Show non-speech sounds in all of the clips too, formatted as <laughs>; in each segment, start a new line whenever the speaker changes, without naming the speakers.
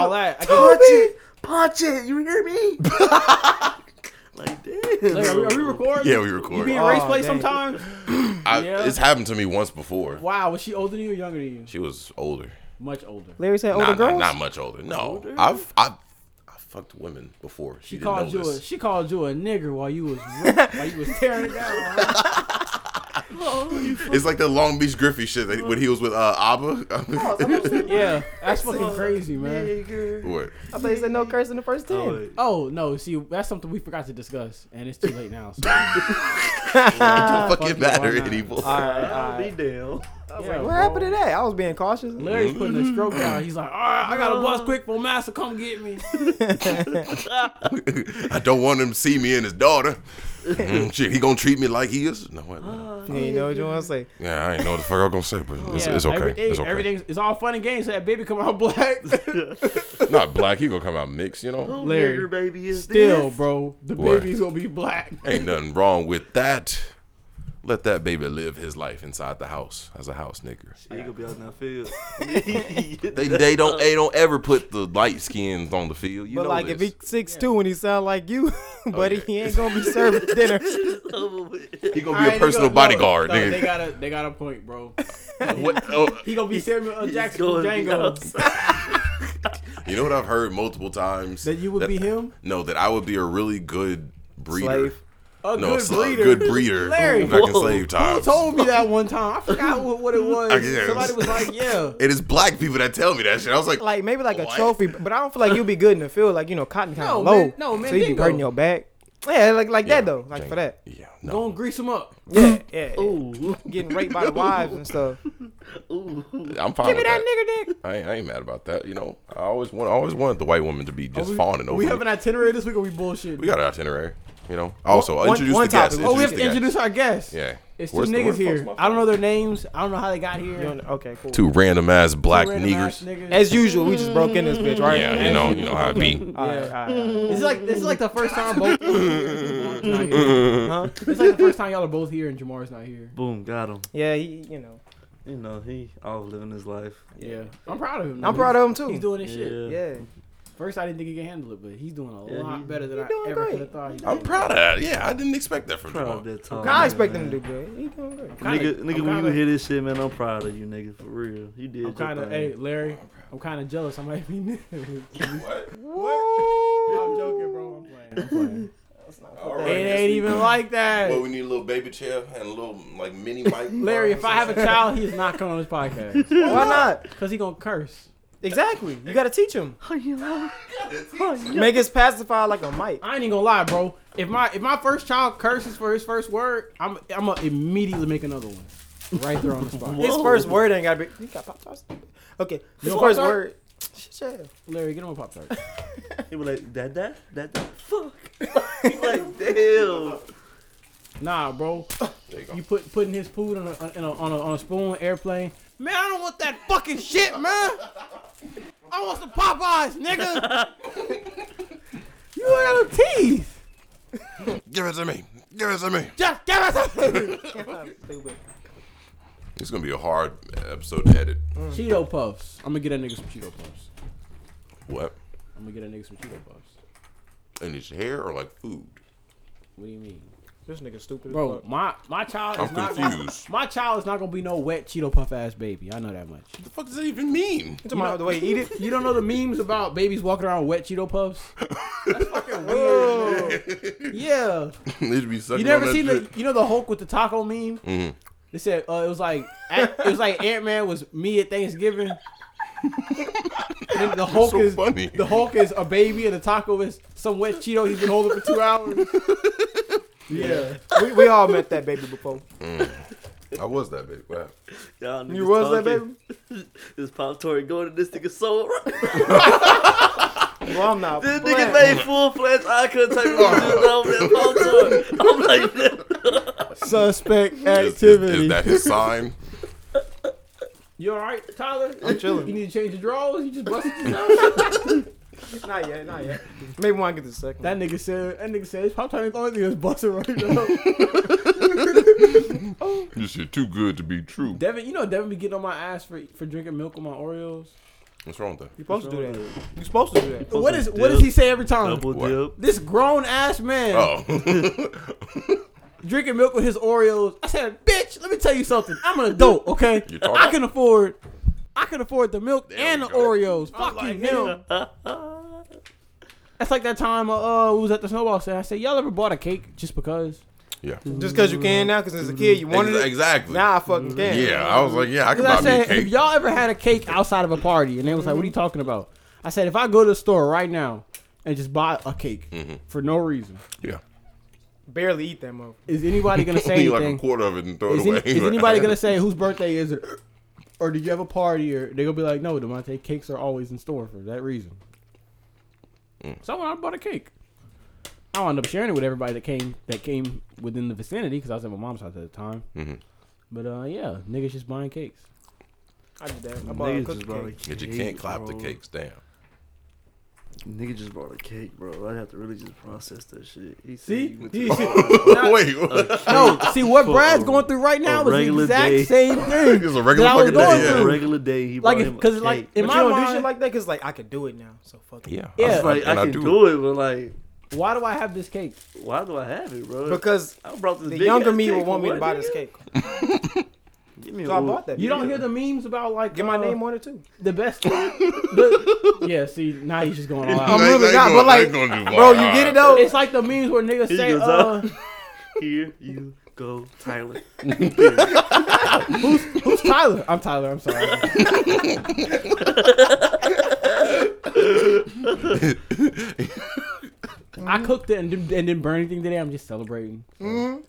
lie. I
Punch
can,
it, punch it. You hear me? like damn.
like, are, we, are we recording?
Yeah, we
You
record.
be in
I,
race
Oh,
play
dang.
sometimes? yeah.
It's happened to me once before.
Wow, was she older than you or younger than you?
She was older.
Much older.
Larry said older
Not, not,
girls.
not much older. No, I've I, I fucked women before. She,
She
didn't
called
know
you a
this.
she called you a nigger while <laughs> you was while you was tearing it down. huh?
It's like the Long Beach Griffey shit that, when he was with uh, Abba. <laughs>
Yeah, that's fucking crazy, man.
Nigga.
what?
I thought you said no curse in the first ten.
Oh,
Oh no, see that's something we forgot to discuss, and it's too late now. <laughs> So,
Don't
fuck
fucking
you,
matter
why not?
anymore.
all right, all
I'll be
right.
down. I was
Yeah,
What
bro.
happened to that? I was being cautious.
Larry's putting
Mm-hmm.
a stroke down. He's like, all right, I got a bus quick for master. Come get me.
<laughs> I don't want him to see me and his daughter. Mm, shit, he gonna treat me like he is? No, what?
<gasps>
Yeah, you know what you want to say.
Yeah, I ain't know what the fuck I'm gonna say, but it's, it's okay.
everything-
it's okay.
Everything's it's all fun and games. That baby come out <laughs> black.
Not black. He gonna come out mixed, you know.
like,
Larry,
Nigger baby is
Still,
this?
bro, the
Boy.
baby's gonna be black.
Ain't nothing wrong with that. Let that baby live his life inside the house as a house nigger.
He gonna be out in that field.
They they don't they don't ever put the light skins on the field. You
But
know
like,
this.
if he's six two and he sound like you, <laughs> buddy,
yeah.
he ain't gonna be serving dinner.
he gonna
All
be
right,
a
they
personal
go- no,
bodyguard,
no, they
nigga.
got a they got a point, bro.
What- oh,
He gonna be Samuel L. Jackson from
going
Django.
you know what I've heard multiple times
That you would be him?
No, that I would be a really good breeder.
Slave.
A
No,
good
sl-
breeder.
good breeder.
<laughs> Larry,
back in
whoa.
slave
Who
times.
told me that one time? I forgot what, what it was.
I guess.
Somebody was like, "Yeah,
It is black people that tell me that shit. I was like,
Like maybe like a
What?
trophy, but I don't feel like you'd be good in the field. Like you know, cotton kind
No,
of low,
man- no,
so you be
Mandingo.
hurting your back. Yeah, like like
Yeah,
that though, like
Django.
for that.
<laughs> yeah,
go
no,
and grease him up."
Yeah, yeah.
Ooh,
Getting raped by the wives and stuff.
ooh.
I'm fine
Give me
with that.
that nigga dick.
I ain't, I ain't mad about that. You know, I always want, I always wanted the white woman to be just
we,
fawning over.
We
me.
have an itinerary this week, or we bullshit.
we got an itinerary. You know, also
one-
introduce
one
the guests.
topic.
oh, we have
the
to
guests.
introduce our guests.
Yeah,
It's two
Where's the- where
niggas
the fuck's
here.
my
I don't
phone?
know their names. I don't know how they got here.
You don't- Okay, cool.
Two random ass black
Random ass
niggers.
niggas.
As usual, we just broke in this bitch, right?
Yeah, you know, you know how it
<laughs>
be.
All right, all right, all right.
This is like this is like the first time both. <laughs> huh? It's like the first time y'all are both here and Jamar's not here.
<laughs>
Boom, got him.
Yeah, he, you know,
You know, he all living his life.
Yeah, I'm proud of him.
I'm
though.
proud of him too.
He's doing this shit.
yeah,
First, I didn't think he could handle it, but he's doing a
Yeah,
lot
he-
better than
he
I
doing
ever
great.
could have thought. He
I'm
did.
proud of that. Yeah, I didn't expect that from
Proud of
Jamal.
that tall.
I
nigga,
expect him
man.
to do good. He doing good.
I'm kinda-
Nigga, nigga,
I'm
when
kinda-
you hear this shit, man, I'm proud of you, nigga, for real. You did.
I'm kind of, hey, Larry, I'm kind of jealous. I might be new. <laughs> I'm
What?
joking, bro. I'm playing. I'm playing. It
All right, I guess
ain't
we-
even like
Well,
that.
we need a little baby chair and a little like mini mic.
<laughs> Larry, if I
<laughs>
have a child, he's not coming on this podcast
<laughs> Why not?
because he gonna curse.
Exactly. You gotta teach him. Make his pacifier like a mic.
I ain't even gonna lie, bro. If my if my first child curses for his first word, I'm I'm gonna immediately make another one, right there on the spot.
His first word ain't gotta be. You got pop tarts? Okay. His
want
first
Pop-Tart?
word. Shit, shit.
Larry, get him a pop tart.
He was like, that, that, that, that, <laughs> fuck. He like, damn.
Nah, bro.
There you go.
You put putting his food on a, in a, on a on a spoon airplane. Man, I don't want that fucking shit, man. I want some Popeyes, nigga.
<laughs>
you ain't got no teeth.
Give it to me. Give it to me.
Just give us a
Stupid.
It's gonna be a hard episode to edit.
Cheeto puffs. I'm gonna get that nigga some Cheeto puffs.
What?
I'm gonna get that nigga some Cheeto puffs.
In his hair or like food?
What do you mean,
<laughs> This nigga stupid. as
bro?
fuck.
My my child
I'm
is not
confused.
my child is not gonna be no wet Cheeto puff ass baby. I know that much.
What the fuck does that even mean?
You talking about the way he eat it?
You don't know the memes about babies walking around with wet Cheeto puffs?
<laughs>
Whoa.
Yeah.
It'd be sucking
You never
on
seen
that
the you know the Hulk with the taco meme? Mm-hmm. They said uh, it was like it was like Ant Man was me at Thanksgiving. And the Hulk
so
is
funny.
the Hulk is a baby and the taco is some wet Cheeto he's been holding for two hours. <laughs> Yeah.
we, we all met that baby before.
shit. I was that big. Wow.
Y'all niggas
You was that
talking. this Pop Tory going to this nigga soul.
Well, I'm not.
This
playing.
nigga made full fledged eye contact with that Pop Tory. I'm like,
<laughs> suspect
Is, is,
activity.
is that his sign?
You alright, Tyler?
I'm chilling.
You need to change the drawers? You just busted yourself?
Not yet. Not yet. Maybe when I get the second.
<laughs> That nigga said that nigga said it's probably time to throw anything that's busting right now.
This shit too good to be true.
Devin, you know Devin be getting on my ass for for drinking milk with my Oreos.
What's wrong with
You
that?
supposed to do that. You supposed to do that.
What is what does he say every
<laughs>
time?
Double
What?
dip.
This grown ass man
Oh. <laughs>
drinking milk with his Oreos. I said, bitch, let me tell you something. I'm an
<laughs>
adult, okay?
You're talking-
I can afford I can afford the milk
There
and
we
the
go.
Oreos. Fuck you, him. That's like that time uh, uh we was at the snowball stand. I said, Y'all ever bought a cake just because?
yeah.
Just because you can now, because as a kid you wanted
Ex-
it.
exactly.
Now I
Mm-hmm.
fucking can.
Yeah, I was like, yeah, I can
Because
buy
I
me a
said, if
cake.
y'all ever had a cake outside of a party, and they was like, what are you talking about? I said, if I go to the store right now and just buy a cake
Mm-hmm.
for no reason,
Yeah.
Barely eat that motherfucker.
is anybody
<laughs>
going to say
Only like a
anything?
quarter of it and throw
Is,
it away.
any- is anybody going to say whose birthday is it? Or did you have a party? Or they going to be like, no, Demonte, cakes are always in store for that reason.
Mm.
So I bought a cake. I wound up sharing it with everybody that came that came within the vicinity because I was at my mom's house at the time.
Mm-hmm.
But uh, yeah, niggas just buying cakes.
I did that. I bought a
Niggas just
cookie
bought a
cake.
cake.
<laughs> But you can't clap the
bro.
cakes down.
Nigga just bought a cake, bro. I'd have to really just process that shit. He said
See?
he went
He
to- <laughs>
said- <laughs>
<laughs> Wait,
uh,
what?
No, Oh, see what
For
Brad's
a-
going through right now is the
regular
exact
<laughs>
day.
same thing.
It's a regular
I was going
fucking day.
Yeah,
Yeah.
through.
regular day. He
Like,
bought
if-
him a
cause like
cake.
in
But
my
you don't do shit
mind,
like that because like I could do it now. So fuck it.
Yeah.
Yeah.
It's like,
and
I
I
can
do.
do it, but like,
why do I have this cake?
why do I have it, bro?
Because
I brought this
the
big
younger
ass
me
cake
would
for
want me to
what,
buy
nigga?
this cake.
Give me a
So I
little-
bought that.
You don't
bitch.
hear the memes about like
Get my
uh,
name on it too.
the best. the, yeah, see now he's just going all out.
I'm really not, but like, Bro, you get it though.
It's like the memes where niggas
He
say,
goes
uh,
out. Here you go, Tyler.
<laughs> "Who's Tyler?" I'm Tyler. I'm sorry. I cooked it and didn't, and didn't burn anything today. I'm just celebrating. So,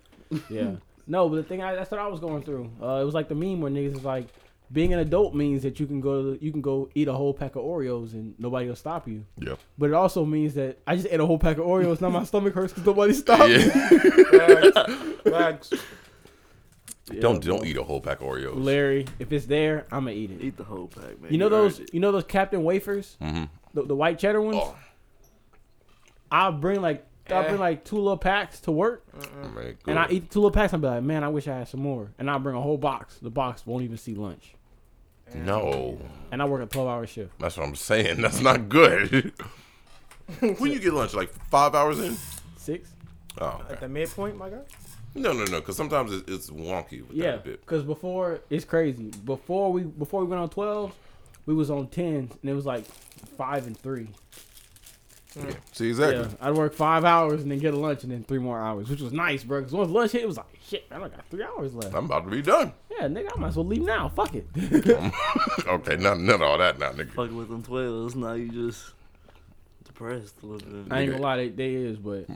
Yeah. No, but the thing I, that's what I was going through. Uh, it was like the meme where niggas is like, being an adult means that you can go you can go eat a whole pack of Oreos and nobody will stop you.
Yeah.
But it also means that I just ate a whole pack of Oreos. Now my stomach hurts because nobody stopped. me.
<laughs> Yeah.
Facts. Facts.
Don't don't eat a whole pack of Oreos.
Larry, if it's there, I'm gonna eat it.
Eat the whole pack, man.
You know
earned
those
it.
you know those Captain wafers, the, the white cheddar ones.
Mm-hmm. Oh,
I'll bring like I'll
Eh.
bring like two little packs to work,
man,
and I
good.
eat two little packs. I'll be like, man, I wish I had some more, and I'll bring a whole box. The box won't even see lunch,
No,
and I work a twelve hour shift.
that's what I'm saying. <laughs> That's not good.
<laughs>
when you get lunch, like five hours in.
Six.
Oh,
At
okay.
the midpoint, my guy.
no, no, no. Because sometimes it's, it's wonky with
Yeah,
that a bit.
because before it's crazy. Before we before we went on twelves, we was on tens, and it was like five and three.
Yeah. See, exactly.
Yeah, I'd work five hours and then get a lunch and then three more hours, which was nice, bro. Because once lunch hit, it was like, shit, man, I got three hours left.
I'm about to be done. <laughs>
Yeah, nigga, I might as well leave now. Fuck it.
okay, not none of all that now, nigga.
Fuck with them twelves. Now you just depressed a little bit.
I ain't gonna lie, they, they is, but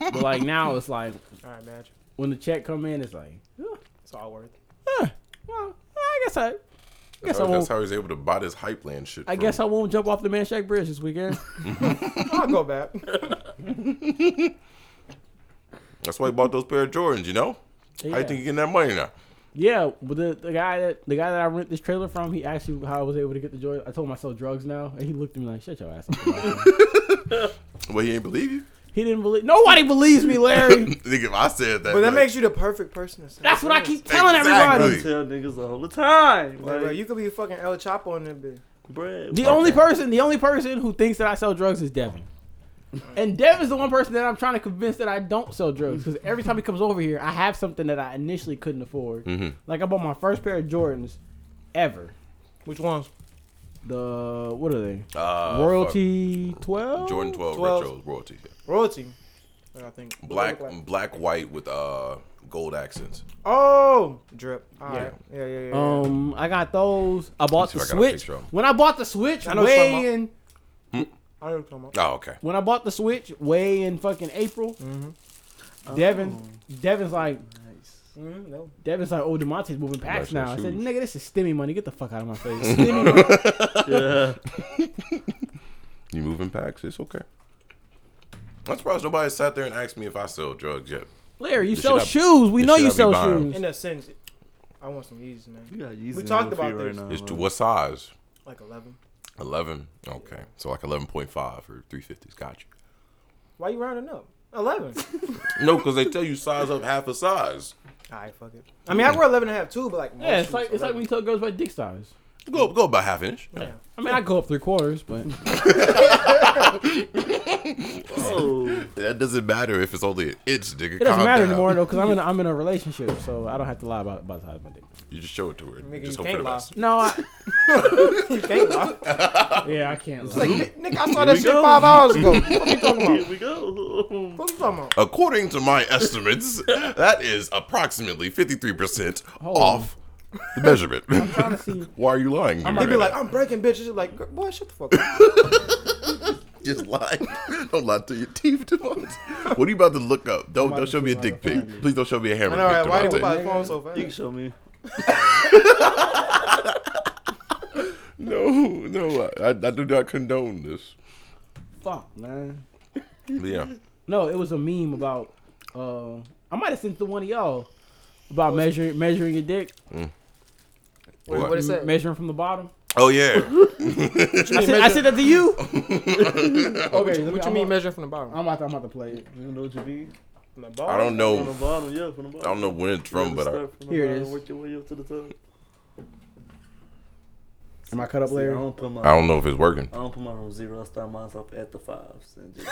but like now it's like
All right, man.
when the check come in, it's like, "Huh,
It's all worth. it.
well, I guess I, I
That's
guess
how,
I
that's
won't,
how he's able to buy this hype land shit.
I
from-
guess I won't jump off the Manshake Bridge this weekend.
I'll go <laughs> back.
that's why he bought those pair of Jordans. You know, how
Yeah.
you think you getting that money now?
Yeah, but the, the guy that the guy that I rent this trailer from, he asked you how I was able to get the joy. I told him I sell drugs now, and he looked at me like, "Shut your ass up."
Well, he ain't believe you.
<laughs>
<laughs>
he didn't believe. Nobody believes me, Larry.
Nigga, if I said that,
But that
like,
makes you the perfect person. To sell
That's what I
drugs.
keep telling
Exactly.
everybody.
I tell niggas all the time.
Like,
Like,
bro, you could be fucking El Chapo in that bitch.
bread.
The only person, the only person who thinks that I sell drugs is Devin. And Devin's the one person that I'm trying to convince that I don't sell drugs because every time he comes over here, I have something that I initially couldn't afford.
mm-hmm.
Like I bought my first pair of Jordans ever.
Which ones?
The what are they?
uh,
Royalty twelve.
fuck. Jordan 12,
12.
retros royalty.
Royalty. What I think. What
Black,
they look like.
black, white with uh gold accents.
Oh, drip. All right. Yeah, yeah, yeah. yeah,
Um, I got those. I bought
see
the
if I got a
Switch.
picture of 'em.
When I bought the Switch,
I know some
way
of-
in
I know what you're talking about.
Oh, okay.
when I bought the Switch, way in fucking April,
Mm-hmm.
Devin, Devin's like,
Mm, no.
Devin's like, oh, Demonte's moving packs
Nice
now. I said,
shoes.
nigga, this is stimmy money. Get the fuck out of my
<laughs>
face. Stimmy money.
Yeah.
You moving packs? It's okay. I'm surprised nobody sat there and asked me if I sell drugs yet.
Larry, you
The
sell
shit I-
shoes. We
the
know
shit
you
I be
sell
buying.
shoes.
In a sense, I want some Yeezys, man.
You got Yeezys
We talked
on the
about
feet
this.
Right now,
It's
man.
to what size?
Like 11.
11. Okay. So like 11.5 or 350s. Gotcha.
Why you rounding up? 11.
No, because they tell you size up half a size.
All right, fuck it. I mean, I wear 11 and a half too, but like. most
Yeah, it's
shoes
like it's like
11.
when you tell girls about dick size.
Go go about half inch. Yeah.
I mean, I go up three quarters, <laughs> but
Oh,
That doesn't matter if it's only an inch, nigga.
it doesn't
Calm
matter
down.
anymore though, because I'm in a, I'm in a relationship, so I don't have to lie about, about the size of my dick.
You just show it to her.
Nigga,
just
you
hope for
can't
the
lie.
best.
No, I,
You can't lie.
<laughs> yeah, I can't.
Like,
Lie.
n- nigga, I saw that shit five hours ago. What are you talking <laughs>
here
about?
we go.
What you talking about?
According to my <laughs> estimates, that is approximately 53%
Hold
off the measurement.
Trying to see.
Why are you lying?
He be
Miranda?
like, I'm breaking bitches. Like, "Girl, boy, shut the fuck up.
just lie. <laughs> Don't lie to your teeth, <laughs> Devontae. What are you about to look up? Don't don't show me a dick pic. Please don't show me a hammer
I know, right? Why
pic,
did
Devontae.
buy the phone so
You can
fast?
show me.
No, no, I, I do not condone this.
Fuck, man.
But yeah,
No, it was a meme about. Uh, I might have sent to one of y'all about measuring measuring your dick,
What,
What?
what it said?
measuring from the bottom.
<laughs> oh yeah, <laughs>
I said, I said that to you. okay,
What you mean measuring from the bottom?
I'm about to, I'm about to play it.
You don't know what you need.
From the bottom?
I don't
From
know.
the bottom, yeah, from the bottom.
Oh. I don't know when it's from, but I,
Here it is.
Work your way up to the top.
Am I cut up,
See, I
Larry?
don't put my.
I don't know if it's working.
I don't put mine on zero. I start mine up at the fives. And just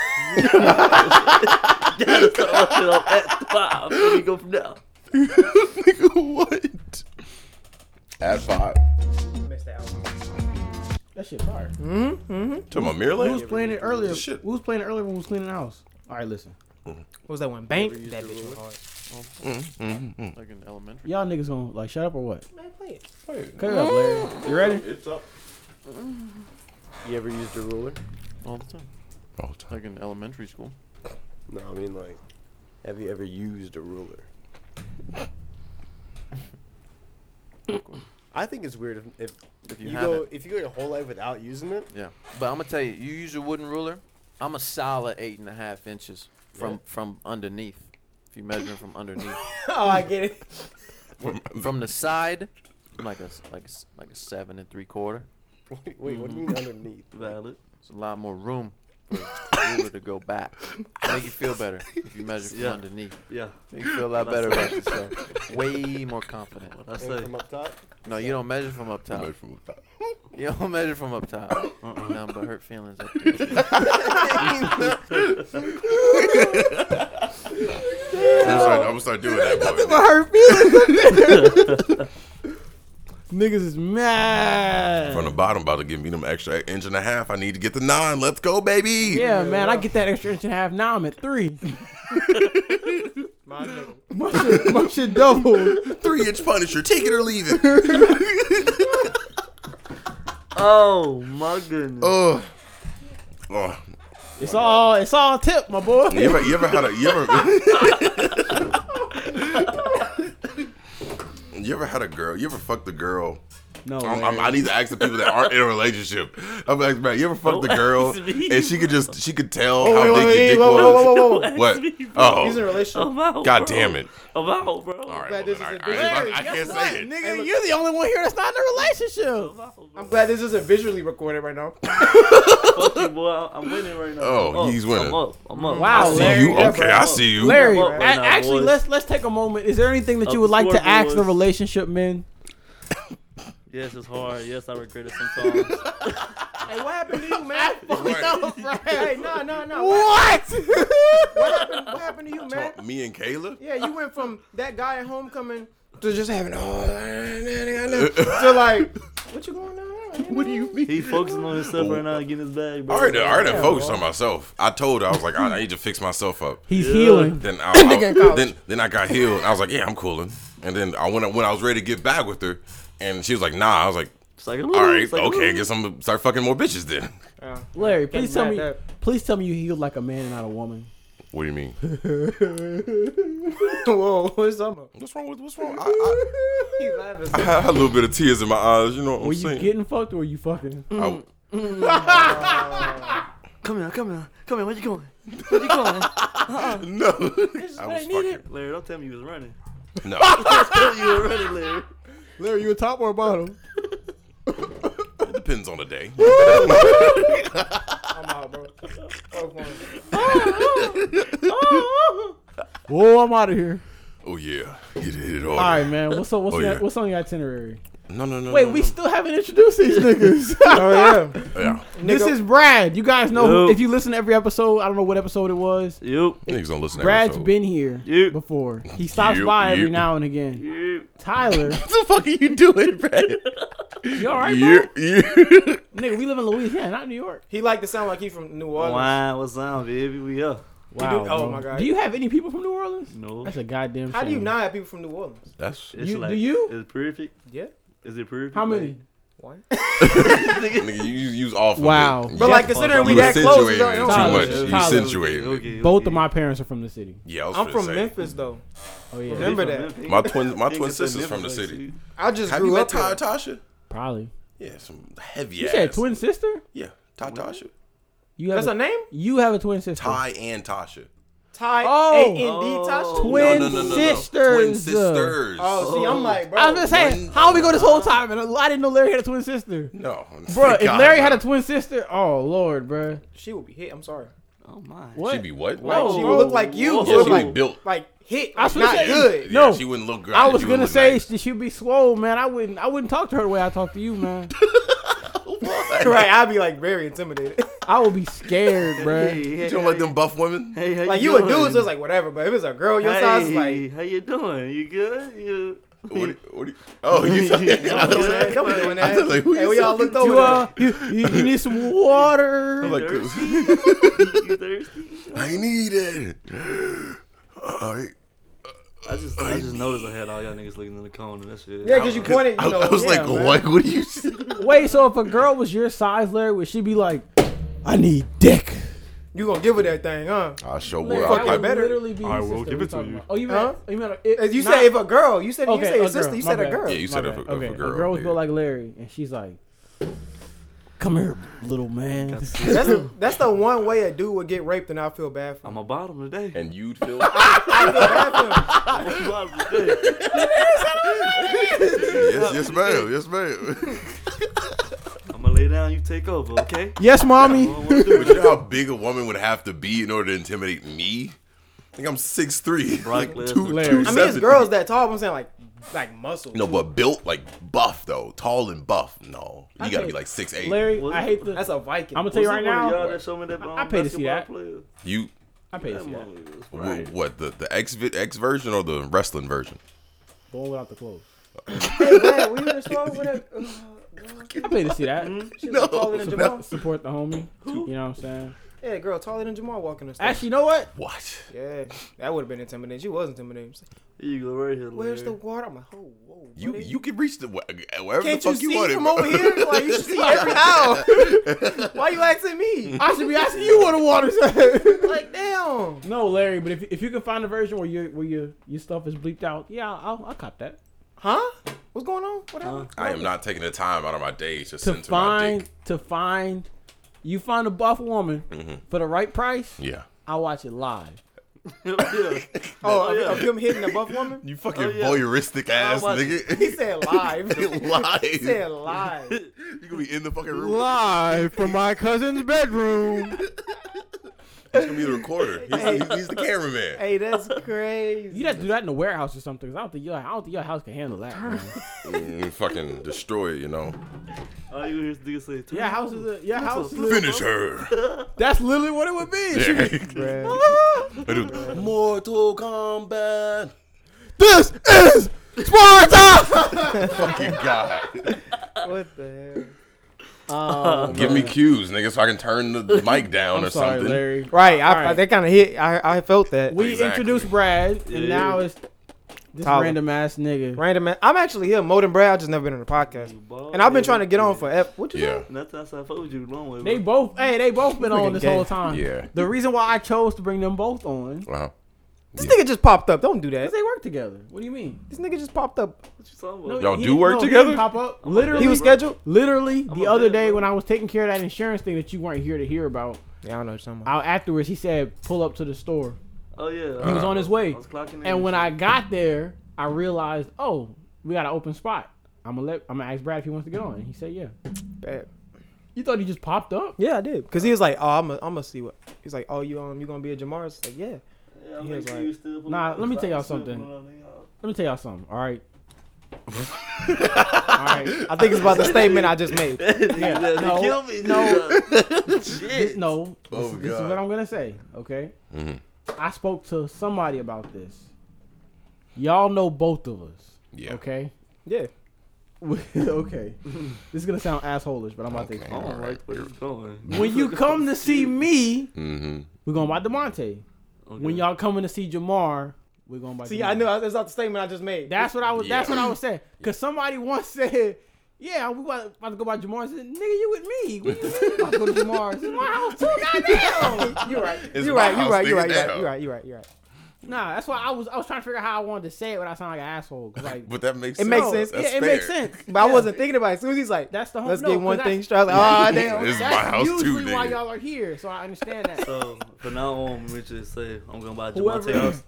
<laughs> gotta start mine up at the five. Let me go from there.
what? At five.
That shit fire.
Mm-hmm. Hmm?
To my mirror
Who was
light?
playing it earlier?
Shit.
Who was playing it earlier when we was cleaning the house? All right, listen.
What was that one? Bank? That bitch was hard.
Mm,
Like in elementary.
Y'all niggas gonna like shut up or what?
Man, play it. <laughs>
Cut it up, Larry. You ready?
It's up
You ever used a ruler?
all the time.
Oh, time.
Like in elementary school.
No, I mean like, have you ever used a ruler?
I think it's weird if if,
If you,
you,
have
go
it.
if you go your whole life without using it. <laughs>
Yeah.
But I'm gonna tell you, you use your wooden ruler. I'm a solid eight and a half inches from
Yeah.
from underneath. If you measure from
<laughs>
underneath,
Oh, I get it.
from the side, I'm like a s- like a, s- like a seven and three quarter.
Wait, wait, what do you mean underneath?
Valid.
It's a lot more room for the ruler to go back. Make you feel better if you measure from
Yeah.
underneath.
Yeah,
Make you feel a lot better about yourself. Way more confident.
I
And
say.
from up top.
No, you don't measure from up top.
Measure from the
<laughs>
top.
You don't measure from up top. Nothing but hurt feelings. Up there.
I'm gonna start doing that. boy.
<laughs> Niggas is mad.
From the bottom, about to give me them extra inch and a half. I need to get the nine. Let's go, baby.
Yeah, man, I get that extra inch and a half. Now I'm at <laughs> three.
<laughs> My nigga.
My shit, my shit doubled.
Three inch Punisher. Take it or leave it.
Oh my goodness.
Oh. Oh.
It's all it's all tip, my boy. <laughs>
You ever, you ever <laughs> had a you ever You ever had a girl? You ever fucked a girl?
No,
I'm,
man.
I'm, I need to ask the people that aren't in a relationship. I'm like, man, you ever fucked a girl and she could just she could tell how
Oh, wait,
big
wait,
your dick
whoa,
was?
whoa, whoa, whoa, whoa.
Oh, What?
He's in a
Oh,
relationship.
god damn it!
I'm out, bro.
All right,
glad Oh,
well,
this
then, I,
is a
I,
big-
I, I
Guess
can't
what,
say it.
nigga? You're the only one here that's not in a relationship.
I'm glad this isn't visually recorded right
<laughs>
now.
Fuck you, boy. I- I'm winning right now.
Oh,
I'm up.
he's winning.
I'm up. I'm up.
Wow,
See
Larry,
you?
yeah,
Okay, I see you.
Larry,
Up right
a-
now,
actually,
boys.
let's let's take a moment. Is there anything that
Up
you would
the
like to
scoreboard,
ask the
boys.
relationship men?
Yes, it's hard. Yes, I regret it sometimes.
Hey, what happened to you, man?
Right. <laughs>
hey, no, no, no. What,
What?
what happened? What happened to you, man?
Me and Kayla.
<laughs> Yeah, you went from that guy at homecoming to just having all
<laughs>
to <laughs> like, what you going on? What do you mean?
He's focusing on himself right now, getting his bag, bro.
I already, I already focused on myself. I told her I was like, I, I need to fix myself up.
He's healing. <laughs>
Then I,
in college.
I then then I got healed. And I was like, yeah, I'm cooling. And then I went when I was ready to get back with her, and she was like, nah. I was like,
It's like,
all right, okay, I guess I'm gonna start fucking more bitches then.
Larry, please tell
back
me,
up.
please tell me you healed like a man and not a woman.
What do you mean?
<laughs> Whoa, what's up?
What's wrong with what's wrong? I, I,
He's laughing.
I had a little bit of tears in my eyes. You know what
<laughs>
I'm
Were you
saying?
getting fucked or were you <laughs> fucking?
I-
Come here, come here. Come here, where you going? Where you going?
no,
<laughs>
I was fucking.
Larry, don't tell me you was running. <laughs>
No,
you were running, Larry.
Larry, you a top or a bottom?
it depends on the day.
I'm out, bro. Fuck one.
Oh, I'm out of here.
Oh yeah, get it all.
All right, man. What's up? What's
Oh,
on-
yeah.
Oh,
what's on your itinerary?
No, no, no.
Wait,
no,
we
no.
still haven't introduced these niggas. <laughs>
Oh <laughs> yeah.
yeah.
this is Brad. You guys know who,
Yo.
if you listen to every episode, I don't know what episode it was.
You.
Niggas don't listen. to
Brad's
episode.
been here
You.
before. He stops
You-
by every
you-
now and again.
You.
<laughs>
Tyler,
What the fuck are you doing, <laughs> Brad?
you all right, bro?
you you <laughs>
Nigga, we live in Louisiana, not New York.
He like to sound like he from New Orleans.
Why? What's up, baby? We up.
He do- oh my god.
Do you have any people from New Orleans?
No.
That's a goddamn.
How do
shame.
you not have people from New Orleans?
That's
It's
you-
like,
do you?
Is it perfect?
Yeah.
Is it perfect?
How many?
One.
nigga, you use- use all.
Wow.
Of it.
But like considering we that close, it
accentuated
don't- it
it too
don't-
Tyler,
much.
Tyler.
You accentuated it.
Okay,
Both
okay.
of my parents are from the city.
Yeah, I was
I'm
finna
from
say.
Memphis though.
Oh yeah,
Remember- that.
My twin, my twin sister's from the city.
I just
Have
grew
you
up
met
here.
Ty Tasha?
probably.
Yeah, some heavy
You
ass.
said twin sister.
Yeah, Ty Tasha.
You have
That's her
a,
name?
you have a twin sister.
Ty and Tasha.
Ty
Oh.
A N D Tasha.
Twin
no, no, no, no, no.
sisters.
Twin sisters.
Oh, see, I'm like, bro.
I was just saying,
One-
how we go this whole time, and I didn't know Larry had a twin sister.
No,
Bro, if
God,
Larry had
no.
a twin sister, oh lord, bro,
she would be hit. I'm sorry.
Oh my.
what?
she'd be what?
Whoa.
She would look like you.
Whoa.
She
Yeah,
would
she
like
was built.
like hit.
I
Like,
was
not
saying-
good.
<laughs> Yeah,
No.
she wouldn't look good.
I was
She
gonna
wouldn't
say
look
she she'd be swole, man. I wouldn't, I wouldn't talk to her the way I talk to you, man.
nice.
Right, I'd be like very intimidated. <laughs>
I would be scared, bro.
Hey, hey,
You don't like them buff women?
Hey, how
like you a dude, so
doing?
it's like whatever. But if it's a girl your
hey,
size, it's like
how you doing? You good? You.
What, do- what do you, oh, you talking? I
<laughs>
was like,
don't be doing
I
that.
was like, who
Hey,
you
we all looked
You,
over.
uh,
there.
you, you, you need some water.
like,
thirsty? you thirsty?
<laughs> I need it. <gasps> All right.
I just, I just noticed I had all y'all niggas looking in the cone and that shit.
Yeah, because you pointed.
I,
You know,
I was
yeah,
like, oh.
man.
what? What do you? say?
Wait, so if a girl was your size, Larry, would she be like, I need dick?
You gonna give her that thing, huh?
I sure
Larry,
would.
that
fuck
I,
would
it
I,
better.
literally be
I
your
will
sister
give
we
it to
talking
you.
about. Oh, you mean,
Huh?
you mean it,
As you
not-
say, if a girl, you said
Okay,
you said
a
your sister,
girl,
you
my
said a
bad.
girl.
yeah, you
My
said it
bad.
for, if
okay,
a girl.
a girl was
yeah.
built like Larry, and she's like, "Come here, little man." <laughs>
That's that's the one way a dude would get raped, and I feel bad
<laughs>
for him.
I'm a bottom today.
and you'd feel.
I feel bad for him.
I'm <laughs> a bottom today.
yes, yes, ma'am. Yes, ma'am.
I'm gonna lay down. You take over, okay?
yes, mommy.
What to
but you
do?
know how big a woman would have to be in order to intimidate me? I think I'm 6'3", <laughs> like
Brock Lesnar.
two,
Larry.
two
I mean, it's
seven.
girls that tall. But I'm saying like like muscle.
No, but built like buff though, tall and buff. No, you gotta
Okay.
be like six eight.
Larry,
Well,
I hate the.
that's a Viking. <laughs>
I'm gonna tell you
Was
right
it one of y'all
now.
that showed me that, um,
I paid to see
basketball
that.
player?
You
I pay to
That
see that.
motherfucker was
wh- what the the X vi- X version or the wrestling version?
Going without the clothes.
Hey, Brad, were you in the store with that? Uh,
I pay <laughs> to see that.
shit, like, taller
<laughs>
than Jamal?
Support the homie. You know what I'm saying?
Yeah, girl, taller than Jamal walking the store.
Actually, you know what?
What?
yeah, that would have been intimidating. She was intimidating. She's like,
Here you go, right here.
Where's the
Larry.
water? I'm like, oh, whoa.
You
what is-
you can reach the wh- wherever
Can't
the
you
fuck you,
see
want it.
from
bro.
over here? Like you should see every aisle. <laughs> Why you asking me?
I should be asking you what the water's at. <laughs>
Like damn.
no, Larry, but if, if you can find a version where your where your your stuff is bleeped out, yeah, I'll I'll, I'll cop that.
Huh? What's going on? What happened?
<laughs> I am not taking the time out of my day to
To
send to my
find
dick. Mm-hmm.
to find, you find a buff woman for the right price.
Yeah.
I watch it live.
<laughs> yeah.
oh, of, of him hitting a buff woman?
You fucking
yeah.
voyeuristic ass
watch-
He
nigga.
said
<laughs>
live.
He
<laughs> he said
lies.
live.
You gonna be in the fucking room.
Live from my cousin's bedroom.
He's gonna be the recorder. He's, he's, he's the cameraman.
Hey, that's
You
crazy.
got to do that in a warehouse or something. 'cause I don't think your I don't think your house can handle that. man.
Mm, fucking destroy it, you know.
All you hear is niggas say, "Turn
Your house is a your house. Is a,
Finish her.
<laughs> that's literally what it would be.
Yeah. <laughs> Mortal Kombat.
This is Sparta.
Fucking God. <laughs>
What the hell?
Give me cues, nigga, so I can turn the
<laughs>
mic down or
Sorry,
something.
Larry.
Right, I,
All right.
that kind of hit. I, I felt that.
We
Exactly.
introduced Brad, and
Yeah.
now it's this
Tyler.
random ass nigga.
Random. Man. I'm actually here. Mo and Brad. I just never been on the podcast, and I've been trying to get on for F. What you yeah.
Yeah.
doing?
Nothing else I fucked you long way.
They
bro.
both, hey, they both been on
Freaking
this
gay.
whole time.
Yeah.
The reason why I chose to bring them both on,
Uh-huh.
This nigga just popped up. Don't do that.
cause they work together. What do you mean?
This nigga just popped up.
What you talking
No,
about?
Y'all
he
do
didn't-
work
no, he
together?
didn't Pop up. Literally,
He was scheduled.
literally the
a
other
bad
day
bro.
when I was taking care of that insurance thing that you weren't here to hear about.
Yeah, I don't know what you're talking about.
I, afterwards, he said, "Pull up to the store."
Oh yeah.
He was on his way.
I was clocking in
And when
shit.
I got there, I realized, oh, we got an open spot. I'm gonna let I'm gonna ask Brad if he wants to get on. And he said, yeah.
Bad.
You thought he just popped up?
Yeah, I did. Cause he was like, "Oh, I'm gonna I'm see what." He's like, "Oh, you um, you gonna be a Jamar?" It's like, "Yeah."
Yeah, I'm
He was
like,
like-
you still
Nah, let me tell y'all something.
Still pulling up, nigga.
Let me tell y'all something. All right,
All right. I think it's about the statement I just <laughs> made.
<laughs>
<laughs>
Yeah, no,
Kill me. <laughs>
no,
Shit.
no. This,
Oh,
this is
God.
what I'm gonna say. Okay.
Mhm.
I spoke to somebody about this. Y'all know both of us.
Yeah.
Okay.
Yeah.
<laughs> okay. This is gonna sound assholish, but I'm about to
Okay.
I
explain.
don't
Alright.
like where it's going.
When
<laughs>
you come to see me,
Mm-hmm.
we're going by Demonte. When y'all coming to see Jamar, we're going by.
See,
Jamar.
I knew that's not the statement I just made.
That's what I was. That's
<laughs> Yeah.
what I was saying. Cause somebody once said, "Yeah, we about, about to go by Jamar." I said, "Nigga, you with me? What do you mean about to go to Jamar? It's my house too, goddamn."
<laughs>
you're right.
It's
you're
my
right. You're right.
house,
You're
nigga,
right. You're right.
damn.
You're right. You're right. You're right.
nah, that's why I was. I was trying to figure out how I wanted to say it without sounding like an asshole. 'cause, like,
But that makes
It
sense.
makes sense.
<laughs> That's
yeah, it
fair.
makes sense.
But I wasn't thinking about it. As soon as he's like,
That's the whole.
let's
no,
get
'cause
one
that's-
thing straight. I was <laughs> like, oh, damn.
This is my
That's
house too,
usually why
nigga.
y'all are here, so I understand
<laughs>
that.
So from now on, we just say I'm going to buy
Whoever-
Jamonte
<laughs>
house.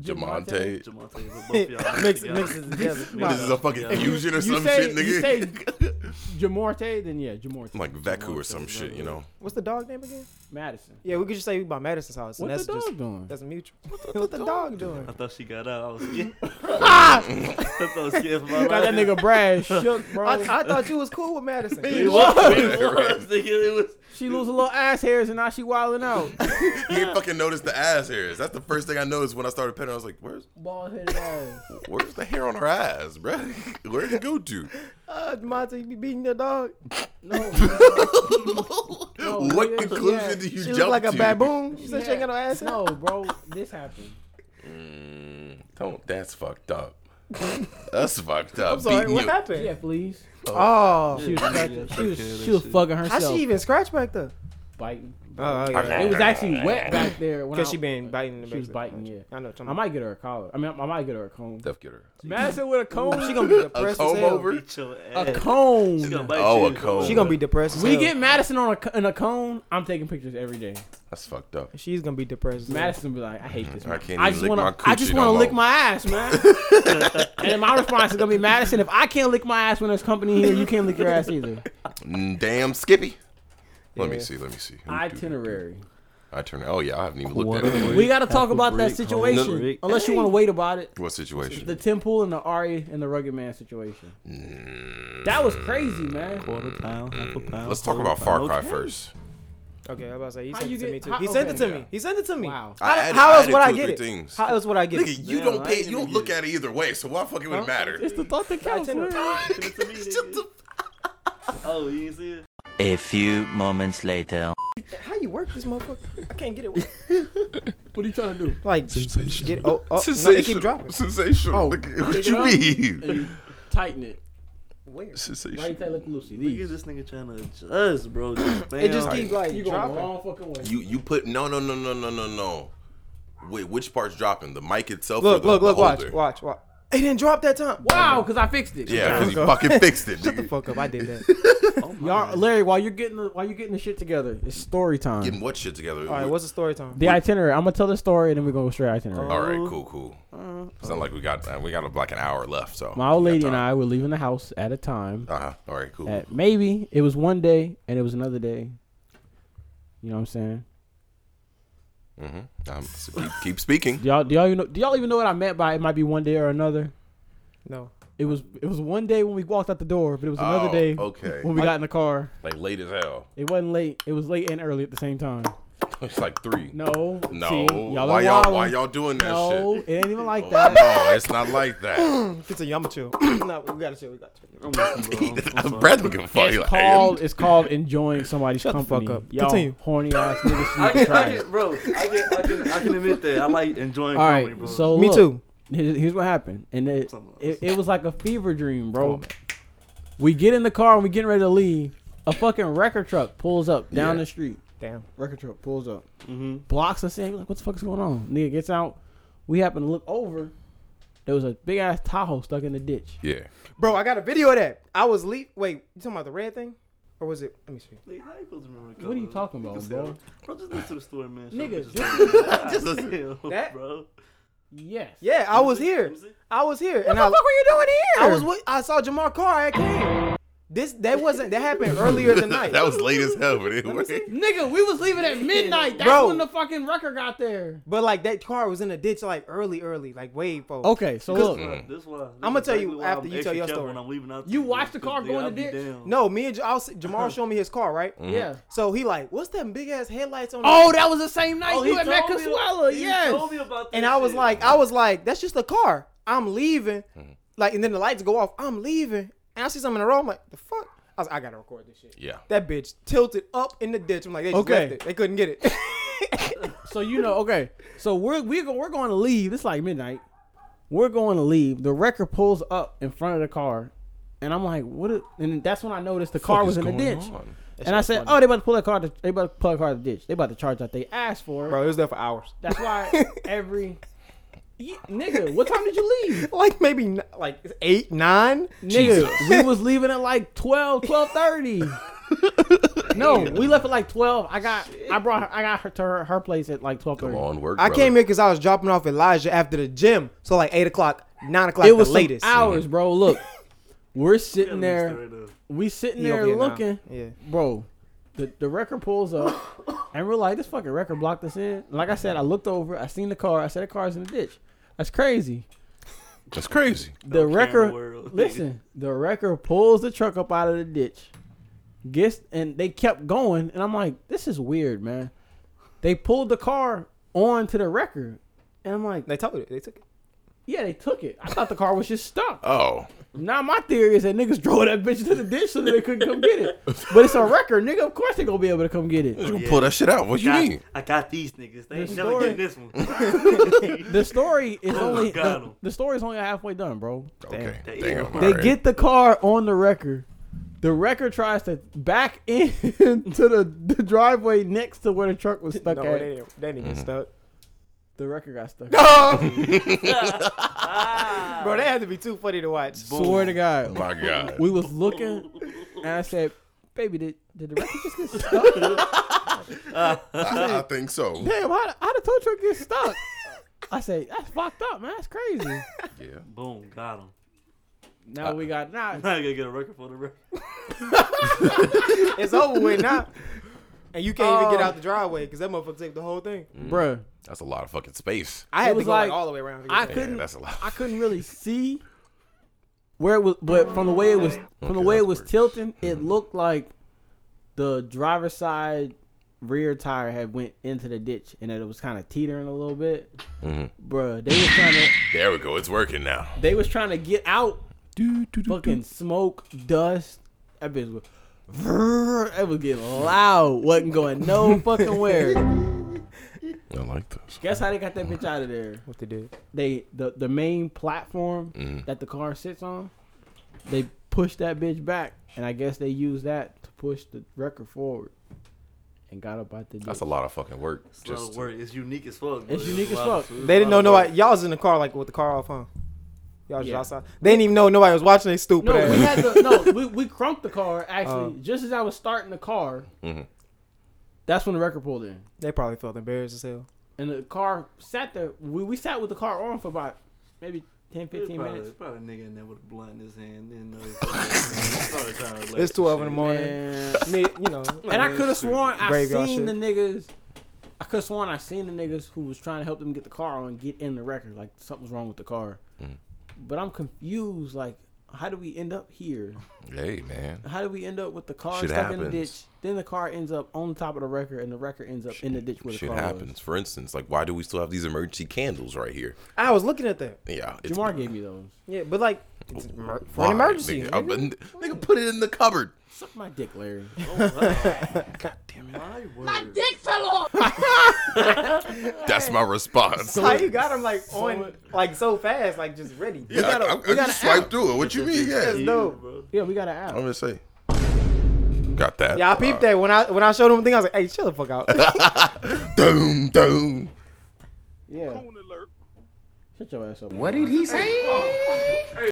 Jamonte.
Jamonte, but both y'all
Mix,
together.
mixes
<laughs>
together.
Yeah.
This is a fucking
Yeah.
fusion or
You
some
say,
shit, nigga.
you say
<laughs>
Jamorte, then yeah, Jamorte.
like Vacu or some shit, you know.
What's the dog name again?
Madison.
Yeah, we could just say we by Madison's house.
What
and that's
the dog
just,
doing?
<laughs> That's mutual. <laughs> What the dog doing?
I thought she got out.
<laughs>
I was scared. <laughs> I was scared for my
Ah! Got that
life.
nigga Brad shook, bro.
I, I thought <laughs> you was cool with Madison.
<laughs> It
<laughs>
was. It was. nigga, It was.
she lose a little ass hairs and now she wilding out.
You didn't fucking notice the ass hairs. That's the first thing I noticed when I started petting. I was like, "Where's
Bald headed ass.
where's the hair on her ass, bro? <laughs> Where did it go to?
Uh, Monte, you be beating the dog.
what
nigga,
conclusion
yeah.
did you
She
jump
look like a
to?
baboon. She said she ain't got no ass. hair.
No, bro, this happened.
Mm, don't. That's fucked up. that's fucked
<laughs>
up.
I'm sorry.
Beating
What
you-
happened?
Yeah, please.
Oh,
She was, scratching- she was, she was fucking
how
herself.
she even scratch back there?
biting?
Oh,
It was actually wet back there when
Because
I-
she been biting. The
She was
back.
biting. Yeah,
I know. what you're talking
I might get her a collar. I mean, I might get her a comb.
Def get her.
Madison with a comb.
about. She gonna be
<laughs> A
depressed as
comb
hell.
over.
Beat your
a
ass. She gonna
cone.
bite
Oh,
you.
a cone.
She gonna be depressed. As
We
hell.
get Madison on a co- in a cone. I'm taking pictures every day.
That's fucked up.
She's gonna be depressed. as hell.
Madison be like, I hate this.
I
Man.
can't
I
even
just
lick
wanna,
my
I just
coochie
wanna
no
lick
more.
my ass,
<laughs>
man. and then my response is gonna be Madison. If I can't lick my ass when there's company here, you can't lick your ass either.
Mm, Damn, Skippy. Let me
Yeah.
see. Let me see.
Itinerary.
<laughs> Itinerary. Oh yeah, I haven't even looked at
<laughs>
it.
We gotta talk about that
No,
situation.
no.
Unless you wanna wait about it.
What situation?
The temple and the Ari and the rugged man situation. That was crazy, man.
Quarter pound, half a pound.
Mm. Let's talk
quarter
about Far
pound.
Cry
Okay.
first.
Okay, I was about to say he
How
sent
you
it to
get-
me too.
how-
he sent it
okay.
to me. He sent it to me.
Wow.
How,
I added-
how
I
else
added
would I
two or
get
three
it?
things.
How else would I get it?
Nigga, you
Damn,
don't
I
pay.
didn't
You don't
even
look
get
at it either way. So why fucking would it matter?
It's the thought that counts.
Itinerary.
man.
Give it to me, nigga. <laughs> Oh, you didn't see it?
A few moments later.
How you work this motherfucker? I can't
<laughs>
get it.
What are you trying to do?
Like <laughs>
Sensational.
get oh, oh no,
Sensational.
it keep dropping.
Sensational.
Oh.
Look at- what
Pick
you
it
mean?
You tighten it.
Where?
Why you
Sensational.
take like Lucy?
Look at
These.
this nigga trying to adjust, bro. Just
It just
bam.
keep like
You going the
dropping.
wrong fucking way.
You you put no no no no no no no. Wait, which part's dropping? The mic itself?
Look,
or the,
look,
the
look. Watch,
holder?
watch, watch. It didn't drop that time.
Wow, because I fixed it.
Yeah, because you
go.
fucking fixed it.
Shut the
nigga.
fuck up. I did
<laughs>
that.
Y'all, Larry, while you're getting the while you're getting the shit together, it's story time.
Getting what shit together?
All right, what's the story time?
the itinerary. I'm gonna tell the story and then we're gonna go straight itinerary.
All right, cool, cool. It's not like we got uh, we got like an hour left. So
My old lady and I were leaving the house at a time.
Uh huh. All right, cool.
At maybe it was one day and it was another day. You know what I'm saying?
Mm-hmm. Um, so keep, keep speaking.
<laughs> Do y'all do y'all even know, do y'all even know what I meant by it might be one day or another?
No.
It was it was one day when we walked out the door, but it was another
Oh,
day
okay.
when we got in the car.
Like late as hell.
It wasn't late. It was late and early at the same time.
It's like three.
No.
No.
See, y'all
why
are
y'all
wildin'.
Why y'all doing that
No, <laughs>
shit?
it ain't even like
Oh,
that.
no, it's not like <laughs> that.
Continue. I'm <clears throat> chill. no, we gotta chill. We gotta chill.
I'm with you, bro. I'm sorry.
Brad don't give a fuck. He
It's
like,
called it's called enjoying somebody's
Shut the fuck
company.
up.
Y'all
Continue.
horny <laughs> ass niggas. need
I
to
can,
try
I
it.
can, bro. I can, I can, I can admit that. I like enjoying
All
comedy,
right,
bro.
so
Me
look,
too.
Here's, here's what happened, and it,
Something
it it was like a fever dream, bro. we get in the car and we getting ready to leave. A fucking record truck pulls up down
Yeah.
the street.
Damn.
Record truck pulls up, blocks us in. We're like, what the fuck is going on? Nigga gets out. We happen to look over. There was a big ass Tahoe stuck in the ditch.
Yeah.
Bro, I got a video of that. I was leave. Wait, you talking about the red thing, or was it? Let me see.
Like, how you supposed to remember
What are you
colors?
talking about, bro?
Bro, just listen to the story, man. Show
Nigga,
bitches
just-
what they like. Damn,
That-
bro.
Yes.
Yeah, I was here.
Let me see.
I was here. What and the I, fuck were you doing here? I was. With, I saw Jamar Carr. I came. This that wasn't that happened earlier
<laughs>
tonight.
that was late as hell, but it worked.
Nigga, we was leaving <laughs> at midnight. That's
Bro.
when the fucking record got there.
But like that car was in a ditch like early, early, like way before.
Okay, so look.
This one.
I'ma tell you after you tell your story.
When I'm leaving out
You watched the car go in the ditch?
No, me and Jamal, Jamal <laughs> showed me his car, right?
Mm-hmm.
Yeah.
So he like, what's that big ass headlights on?
Oh,
that?
that was the same night
Oh, he
you had met
told me-
Consuela.
he
Yes.
told me about
And
that
I was
shit.
like, I was like, that's just a car. I'm leaving. Like, and then the lights go off. I'm leaving, and I see something in the road. I'm like, the fuck. I was, like, I gotta record this shit.
Yeah.
That bitch tilted up in the ditch. I'm like, they just
Okay.
left it. They couldn't get it. <laughs>
So you know, okay. So we're we go- we're going to leave. It's like midnight. We're going to leave. The record pulls up in front of the car, and I'm like, "What?" Is, and that's when I noticed the car was in the ditch. And I said, "Oh, they about to pull that car. To, they about to pull that car to the ditch. They about to charge that they asked for."
Bro, it was there for hours.
That's why
<laughs>
every Ye- nigga, what time did you leave?
<laughs> Like maybe n- like eight, nine.
Nigga, we was leaving at like 12, <laughs> 12.30. no, we left at like twelve. I got, I brought, her, I got her to her, her place at like twelve
Come
thirty.
on, work.
I
brother.
came here because I was dropping off Elijah after the gym. So like eight o'clock, nine o'clock,
it was
the
some
latest.
hours, bro. Look, we're sitting there,
Right
we sitting
He over
there
here now.
looking,
Yeah.
bro. The the record pulls up, and we're like, this fucking record blocked us in. Like I said, I looked over, I seen the car, I said the car's in the ditch. That's crazy.
That's crazy.
The
camera
record,
world. <laughs>
listen, the record pulls the truck up out of the ditch, gets and they kept going, and I'm like, this is weird, man. They pulled the car onto the record, and I'm like,
They told it. They took it.
yeah, they took it. I thought the car was just stuck.
Oh,
Now my theory is that niggas <laughs> drove that bitch to the ditch so that they couldn't come get it. But it's a record, nigga. Of course they gonna be able to come get it.
you pull that shit out. What you
I,
need?
I got these niggas. They ain't
The
never
story-
getting this one.
The story is
Oh,
only
got
the,
'em.
the story is only halfway done, bro.
Okay.
Damn.
Damn.
They
<laughs> alright.
get the car on the record. The record tries to back <laughs> into the, the driveway next to where the truck was stuck
No,
at.
they didn't. They didn't get stuck.
The record got stuck.
Oh
Bro, that had to be too funny to watch.
Swear to God, <laughs>
My God.
we was looking, and I said, "Baby, did, did the record just get <laughs> stuck?"
I, I think so.
Damn, how the, how the tow truck get stuck? I say that's fucked up, man. That's crazy.
Boom, got him.
Now we got now.
<laughs> Now I gotta get a record for the record.
It's over with now. <laughs> Um, And you can't even get out the driveway because that motherfucker took the whole thing.
Bruh,
That's a lot of fucking space.
I
It
had to
was
go like,
like-
all the way around. to get
I
there.
Yeah,
couldn't.
that's a lot.
I couldn't really see where it was, but from the way it was, from the way it was tilting, it looked like the driver's side rear tire had went into the ditch and that it was kind of teetering a little bit. Bruh, they was trying to,
There we go. It's working now.
they was trying to get out. Fucking smoke, dust. That bitch was. Vrrr, It was getting loud. Wasn't going no fucking where.
I like this.
Guess how they got that bitch out of there?
What they did.
they the, the main platform
Mm.
that the car sits on, they pushed that bitch back, and I guess they used that to push the record forward, and got up out the.
That's a
ditch.
lot of fucking work.
It's a lot of
Just
work. It's unique as fuck. bro.
It's unique
a
as
lot of-
fuck.
it's a
They didn't know
lot of work.
nobody. Y'all was in the car like with the car off, huh? Y'all was just
Yeah.
outside. They didn't even know nobody was watching. They stupid.
No,
ass. Oh.
we had
<laughs>
the no. We we crunked the car actually just as I was starting the car.
mm-hmm.
That's when the record pulled in,
they probably felt embarrassed as hell.
and the car sat there. We we sat with the car on for about maybe 10,
There's
15
probably,
minutes.
Probably a nigga in there with a blunt in his hand. Didn't know.
<laughs>
he started trying to relax
It's twelve in the
<laughs>
morning.
And-
Me, you know.
And I could have sworn I
Graveyard
seen
shift.
the niggas. I could have sworn I seen the niggas who was trying to help them get the car on get in the record. Like something's wrong with the car.
Mm.
But I'm confused. Like, how do we end up here?
hey, man.
How do we end up with the car
Shit
stuck in
happens.
the ditch? Then the car ends up on the top of the record, and the record ends up in the ditch where the
Shit
car
happens.
was.
For instance, like why do we still have these emergency candles right here?
I was looking at that.
Yeah, it's
Jamar gave me those.
Yeah, but like it's
Why,
emer- for an emergency.
Nigga,
nigga.
I- nigga, put it in the cupboard.
Suck my dick, Larry.
My word. My
That's my response.
How you got him like on like so fast, like just ready?
yeah, I- I, I just swiped through it. What you mean? Yeah,
dope.
bro.
Yeah, we got an app.
I'm gonna say. Got that.
Yeah, I peeped that when I when I showed him the thing. I was like, "Hey, chill the fuck out." <laughs>
Uh, Doom, doom.
Yeah. Shut your ass up.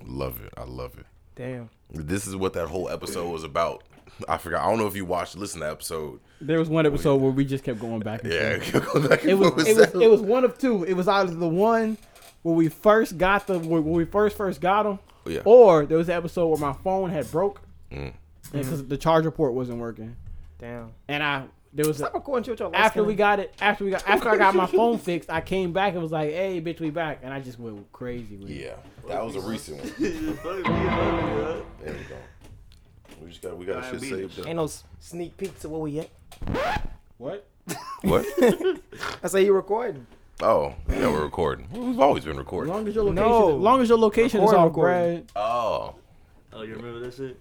Love it. I love it.
Damn.
This is what that whole episode was about. I forgot. I don't know if you watched, listen to the episode.
There was one episode where we just kept going back and
Yeah, <laughs> go back and
It was
forth.
it was it was one of two. It was either the one where we first got the where, where we first first got them,
Oh, Yeah. Mm.
or there was the episode where my phone had broke, because the charger port wasn't working.
Damn.
And I there was a,
Stop recording shit with your lights
after we
on.
got it after we got after I
<laughs>
got my phone fixed, I came back and was like, "Hey, bitch, we back!" And I just went crazy with it.
Yeah, that was a recent one.
Fuck
There we go. We just got we got shit
Diabetes.
saved
Ain't
up.
no s- sneak peeks of where we at.
What?
What?
<laughs>
I say you recording.
Oh, yeah, we're recording. We've always been
As
recording.
long as your location,
No.
as long as your location is
Recording,
off,
recording.
Brad.
Oh,
Oh, you remember that shit?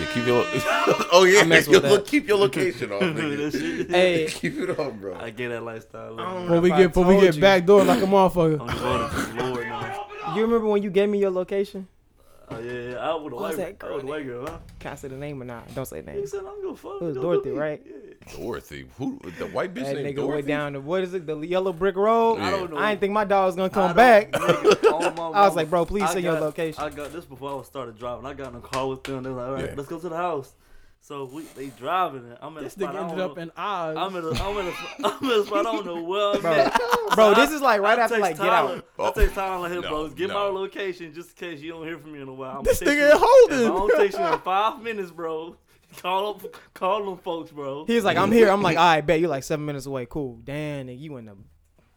yeah, keep your. <laughs> oh yeah,
mess
your
with
lo-
that.
keep your location on,
<laughs>
Remember
nigga.
that
<laughs>
shit?
Hey,
keep it on, bro.
I get that lifestyle.
I don't
Look,
when we
know if I
get when we
told
get
you.
backdoor like a motherfucker.
I'm just going to the Lord now.
You remember when you gave me your location?
Oh, yeah, yeah. I would
was
have
that
liked I would
girl
like girl, huh?
Can I say the name or not? Don't say the
He
name.
said, I'm going to fuck.
It was
don't do
Dorothy,
me."
right?
Yeah.
Dorothy, who the white bitch
That
named
nigga
Dorothy?
went down to what is it? The yellow brick road.
Yeah.
I don't know.
I didn't think my dog was gonna
I
come
don't-
back.
<laughs>
nigga, on my
I was
mama.
like, bro, please
I
send your
got-
location.
I got this before I was started driving. I got in a car with them. They're like, all right,
Yeah.
let's go to the house. So we they driving it. I'm at
This
a spot.
nigga
I
ended
don't
up
know-
in Oz.
I'm at a, I'm at a, <laughs> I'm at a spot. I don't know where I'm
Bro.
at.
Bro,
So
this is like right
I
after
text
like get
Tyler,
out.
Oh.
I text Tyler like, hey,
No,
bro, get
no.
my location just in case you don't hear from me in a while. I'm
This
text
nigga
you-
holding.
If I don't text you
<laughs>
in five minutes, bro. Call up, call them folks, bro.
He was like, I'm here. I'm like, all right, bet you like seven minutes away. Cool. Damn, nigga, you in the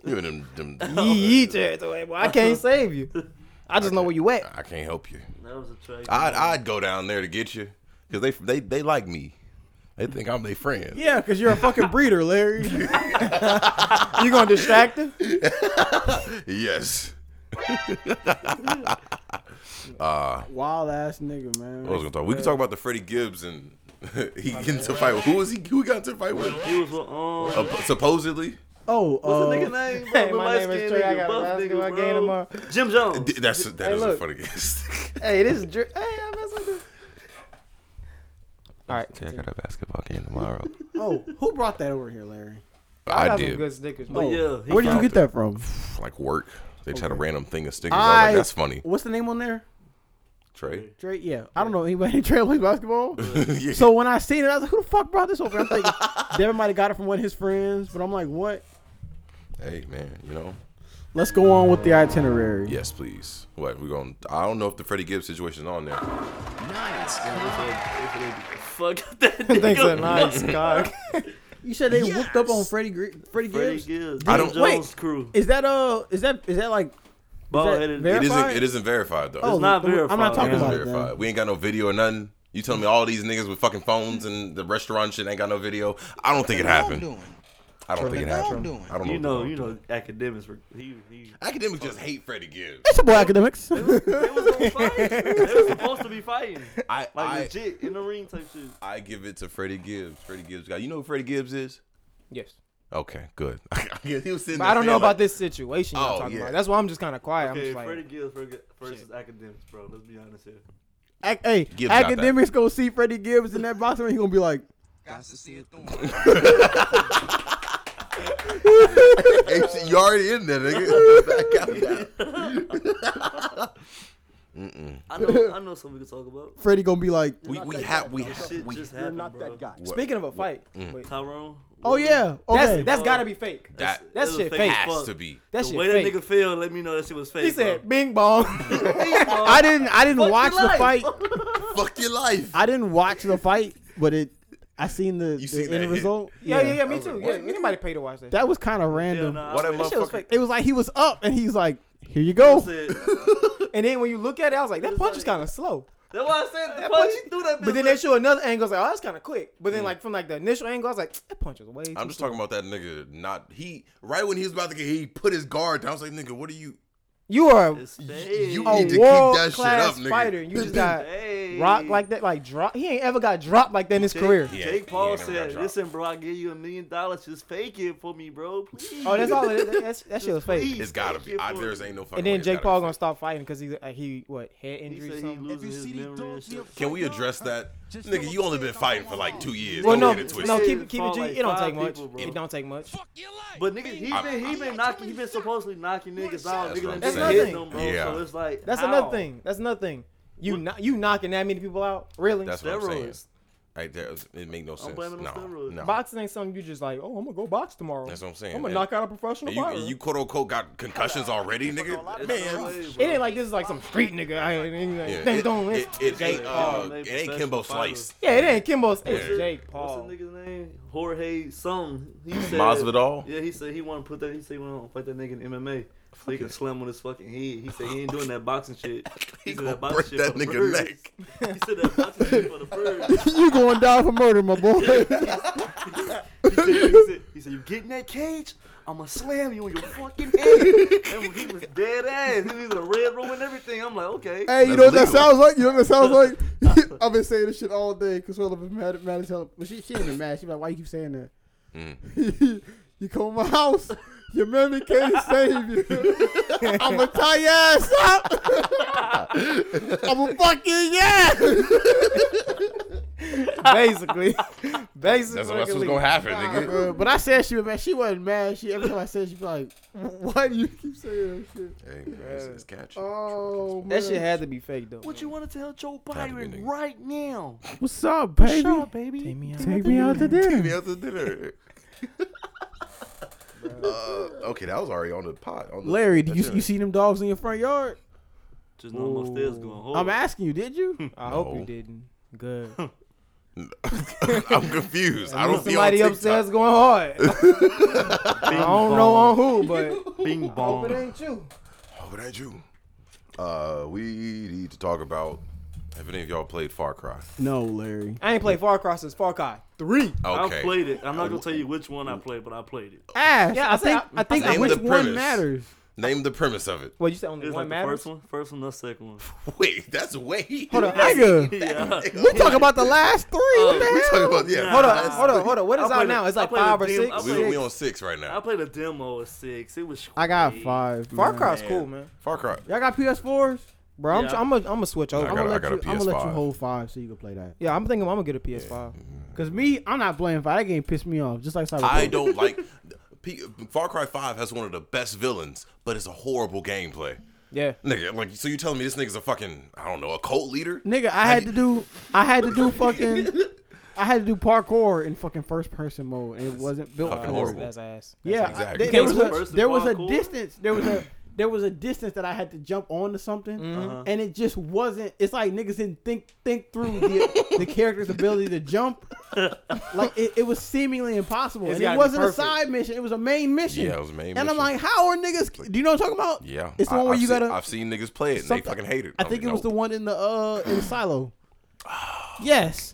You and
<laughs>
them, them-
yee territory, boy. I can't save you. I just know where you at.
I can't help you.
That was a trade.
I'd I'd go down there to get you because they they they like me. They think I'm their friend.
yeah, because you're a fucking breeder,
<laughs>
Larry.
You gonna distract him?
Yes.
Wild ass nigga, man.
I was gonna talk. We can talk about the Freddie Gibbs and <laughs> he getting into a fight. With, who was he? Who he got into a fight with?
He was with um.
Uh, supposedly,
Oh, uh,
What's the
<laughs>
nigga name? Bro? The
my name is
light-skinned
Trey. I
nigga,
got a
buff
basketball
nigga,
game
bro.
tomorrow.
Jim Jones.
D- that's that
Hey,
is a
look.
funny <laughs> guess.
Hey, this is. Dr- hey, I mess with this. All right.
I got a basketball game tomorrow.
oh, who brought that over here, Larry?
I
got some
did
good stickers.
Oh,
Man.
yeah, he
where did you
found
get
it.
that from?
like work. They just had a random thing of stickers. I was
I-
like, that's funny,
What's the name on there?
Trey.
Dre, yeah. I don't know anybody in Trail plays basketball.
<laughs> yeah.
So when I seen it, I was like, who the fuck brought this over? I'm thinking Devin might have got it from one of his friends, but I'm like, what?
Hey man, you know.
Let's go on with the itinerary.
Yes, please. What we going? to I don't know if the Freddie Gibbs situation is on there.
Fuck that
Thanks
nigga.
a nice cock.
You said they whooped up on Freddie Gre- Freddie
Freddie
Gibbs.
Gibbs.
I
I
don't-
don't
Wait.
Jones crew.
Is that uh? Is that is that like?
Bald headed.
very-
It isn't.
Verified?
It isn't verified though.
Oh,
not
I'm not
verified.
talking
It's
about it.
verified.
Then.
We ain't got no video or nothing. You telling me all these niggas with fucking phones and the restaurant shit ain't got no video? I don't think it happened. I don't think it happened. I don't know. what
You
the
know,
fuck.
you know, academics. Were, he, he.
Academics just hate Freddie Gibbs.
It's a boy academics. <laughs>
They was gonna fight. they was supposed to be fighting,
I,
like
I,
legit in the ring type shit.
I give it to Freddie Gibbs. Freddie Gibbs guy. You know who Freddie Gibbs is?
Yes.
Okay, good. <laughs> he was sitting
But
there
I don't know
saying, like,
about this situation
Oh,
y'all talking
yeah.
about. That's why I'm just kind of quiet.
Okay,
I'm
Freddie
just
Gibbs versus- versus academics, bro. Let's be honest here.
Ac- hey,
Gibbs got that.
academics go see Freddie Gibbs in that box and he gonna be like,
Hey, shit, you already in there, <laughs> nigga. Back out now.
I know, I know something we can talk about.
Freddie gonna be like,
we we have we
This
have
shit
we.
just happened, bro.
like, speaking of a fight, wait,
Tyrone.
oh yeah, okay.
that's that's gotta be fake.
Mm. That
That
It was
shit
fake
fake.
as
has
fuck.
to be.
That
the
shit
way
fake.
that nigga feel, let me know that shit was fake.
He said, "Bing bong."
bro.
I didn't I didn't watch
your
the
life.
fight.
Fuck your life.
I didn't watch the fight, but it I seen the, the
seen that
end
hit.
result.
yeah, yeah, yeah. Me too. Yeah, anybody pay to watch that?
That was kind of
Hell
random.
nah,
What that
I
shit was
motherfucker.
fake.
It was like he was up and he's like, here you go.
said,
And then when you look at it, I was like, that
was
punch
like-
is kind of slow.
<laughs> that's why I said that punch. He threw that bitch.
But then they show another angle. I was like, oh, that's kind of quick. But then, like from like the initial angle, I was like, that punch was way. Too
Mm. I'm just talking about that nigga. Not he. Right when he was about to get, he put his guard down. I was like, nigga, what are you?
You are
It's
You
fake.
a
need to keep
world
that shit up,
class
nigga.
fighter. and You just
<laughs>
got
Hey.
rocked like that. Like drop. He ain't ever got dropped like that in his career.
Yeah,
Jake
he
Paul
ain't never got
said,
dropped.
"Listen, bro, I give you a million dollars. Just fake it for me, bro. Please."
Oh, that's all. It, that, that's- that shit was fake.
It's gotta
fake
be.
it
I,
for
there's
me.
ain't no fucking.
And
way
then
it's
Jake
gotta
Paul
be
gonna stop fighting because he like, he what head
He
injury
said
or
he
something.
losing his memory and shit.
fake. Can we address that? Nigga, you only been fighting for like two years.
Well, no,
Don't get it twisted.
no, keep it keep it.
Fought
G.
like
It don't
five
take much.
people, bro.
It don't take much.
But nigga, he
I'm-
been he been knocking. He been supposedly knocking niggas out.
That's what I'm
Niggas ain't been
saying.
hitting them, bro.
Yeah.
So it's like
That's
how?
another thing. That's another thing. You kno- you knocking that many people out? Really?
That's what I'm saying.
Steroids.
Right there, it it make no sense.
blaming on
No,
steroids.
no.
Boxing ain't something you just like. Oh, I'm gonna go box tomorrow.
That's what I'm saying.
I'm gonna
And-
knock out a professional
and you,
fighter.
and you quote unquote got concussions already, nigga. Man,
Hey,
it
bro.
ain't like this is like some street nigga. I ain't, ain't like,
yeah,
they
it,
don't.
it, it ain't uh,
Yeah.
it ain't Kimbo Slice.
yeah, it ain't Kimbo's. It's
Yeah.
Jake Paul.
What's the nigga's name? Jorge Song. He said,
Masvidal?
Yeah, he said he want to put that. He said he want to fight that nigga in MMA. So he can slam on his fucking head. He said he ain't doing that boxing shit.
<laughs> He
said
gonna
boxing
break
shit
that
for the
nigga
birds.
neck.
He said that boxing shit for the
<laughs>
birds.
you going down for murder, my boy. <laughs>
He said, he said, he said, you get in that cage, I'ma slam you on your fucking head. And he was dead ass. He was in a red room and everything. I'm like, okay.
Hey, you know what that sounds like? You know what that sounds like? <laughs> I've been saying this shit all day. Consuela been mad, mad as hell. But she, she ain't been mad. She like, why you keep saying that? <laughs> you come to my house, your mammy can't save you. I'ma tie your ass up. I'ma fuck your ass.
<laughs> basically, basically.
That's, that's what's gonna happen, nigga.
Bro, but I said she was mad. She wasn't mad. She every time I said she was like, why do you keep saying that shit?
Hey, man, it's, it's catchy.
Oh,
That
man.
shit had to be fake though.
What you want to tell Joe
Had to be,
Byron
nigga.
right now?
What's up, baby?
Sure, baby.
Take me out to dinner.
Any
<laughs>
other dinner? Uh, okay, that was already on the pot. On the,
Larry, did you you see them dogs in your front yard?
Just know my stairs going
Oh.
home.
I'm asking you, did
<laughs>
you?
I hope
No.
you didn't. Good.
I'm confused. I don't see on
Somebody
TikTok.
upstairs going hard.
<laughs>
I don't know on who, but
Bing
hope it
bong.
ain't you.
Oh, but that you. Uh, we need to talk about. Have any of y'all played Far Cry?
No, Larry.
I ain't played Far Cry since Far Cry three.
I
Okay.
played it. I'm not gonna tell you which one I played, but I played it.
Ass.
Yeah, I
I think
said-
I think
Name
which
the
one
premise.
matters.
Name the premise of it.
Well, you said only
It's
one
like the
matters.
first one, first one, the second one.
<laughs> Wait, that's way.
Hold on, nigga.
yeah.
We talk about the last three. What the
<laughs> We
hell?
talking about yeah.
Hold on,
that's-
hold on, hold on. What is
I
out
played
now?
a-
It's
I
like
played a
five or
damn- I
six.
played-
We, we on six right
I
now.
played a demo at six. It was.
I got
great.
five.
Far
man.
Cry's cool, man.
Far Cry.
Y'all got PS4s, bro. I'm
Yeah.
tr- I'm gonna I'm gonna switch over.
I
I'm
got
gonna
a- I
let
got
you.
a
I'm gonna let you
PS5.
hold five so you can play that.
Yeah, I'm thinking I'm gonna get a PS5.
Cause me, I'm not playing five. That game pissed me off, just like Cyberpunk.
<laughs> I don't like. P- Far Cry Five has one of the best villains, but it's a horrible gameplay.
Yeah.
Nigga, like, so you telling me this nigga's a fucking, I don't know, a cult leader?
Nigga, I had to do, I had
<laughs>
to do fucking, I had to do parkour in fucking first person mode, and it wasn't built
fucking
for
horrible.
it.
That's ass.
Yeah, I-
Exactly.
there, there
You
was
can't
a,
switch.
there was a
Parkour?
distance. There was
<laughs>
a there was a distance that I had to jump onto something,
Mm-hmm. Uh-huh.
and it just wasn't. It's like niggas didn't think think through
<laughs>
the, the character's ability to jump. Like it, it was seemingly impossible,
It's
and it
gotta be
wasn't a
perfect.
side mission. It was a main mission.
Yeah, it was a main
And I'm
mission.
like, how are niggas? Do you know what I'm talking about?
Yeah.
it's the
I-
one where
I've
you
seen-
gotta.
I've seen niggas play it and they
Something-
fucking hate it.
I
I'm
think
like,
it was
no.
the one in the uh
<sighs>
in the silo. yes,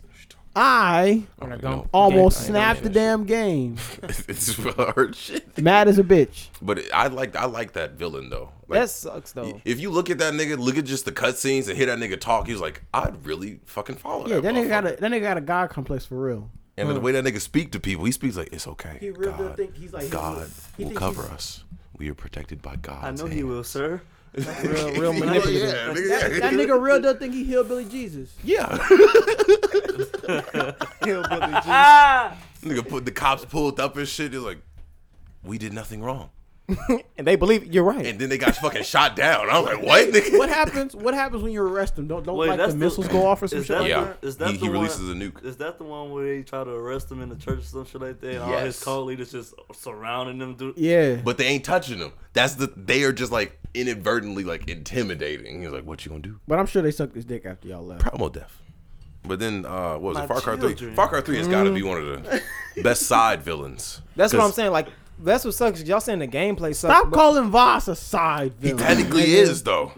I
I'm like, no.
almost
I ain't
snapped the damn
playing
game.
that shit. <laughs> it's hard shit.
Mad as a
<laughs>
bitch.
But it, I like I like that villain though. Like,
That sucks though.
if you look at that nigga, look at just the cutscenes and hear that nigga talk, he's like, I'd really fucking follow
Yeah,
that
that nigga Mm. got a
motherfucker."
that nigga got a god complex for real.
And the way that nigga speak to people, he speaks like, it's okay.
He real
God,
think he's like
God
he
will
thinks
cover us. We are protected by God.
I know he will, sir.
Real,
<laughs>
real manipulative.
Yeah, nigga,
That
yeah.
nigga real does think he hillbilly Jesus.
yeah.
<laughs>
Nigga put the cops pulled up and shit. He's like, we did nothing wrong.
And they believe you're right.
And then they got fucking shot down. I was like, what? Nigga?
What happens? What happens when you arrest him? Don't don't
Wait,
like the,
that's the-
<laughs>
missiles go off or some
<laughs> Is
shit.
that,
like
Yeah.
the, is that
He-
the
he
one,
releases a nuke.
Is that the one where they try to arrest him in the church or some shit like that? And all his
Yes.
cult leaders just surrounding them. Dude.
that? Yeah.
But they ain't touching him. That's the they are just like inadvertently like intimidating. He's like, what you gonna do?
But I'm sure they sucked his dick after y'all left.
Promo death. But then uh what was
My
it? Far Cry Three.
children.
Far Cry Three has gotta be one of the best side villains.
Mm-hmm. That's what I'm
'Cause
saying. Like that's what sucks. 'cause Y'all saying the gameplay sucks.
Stop
but-
calling Voss a side villain.
Technically is though.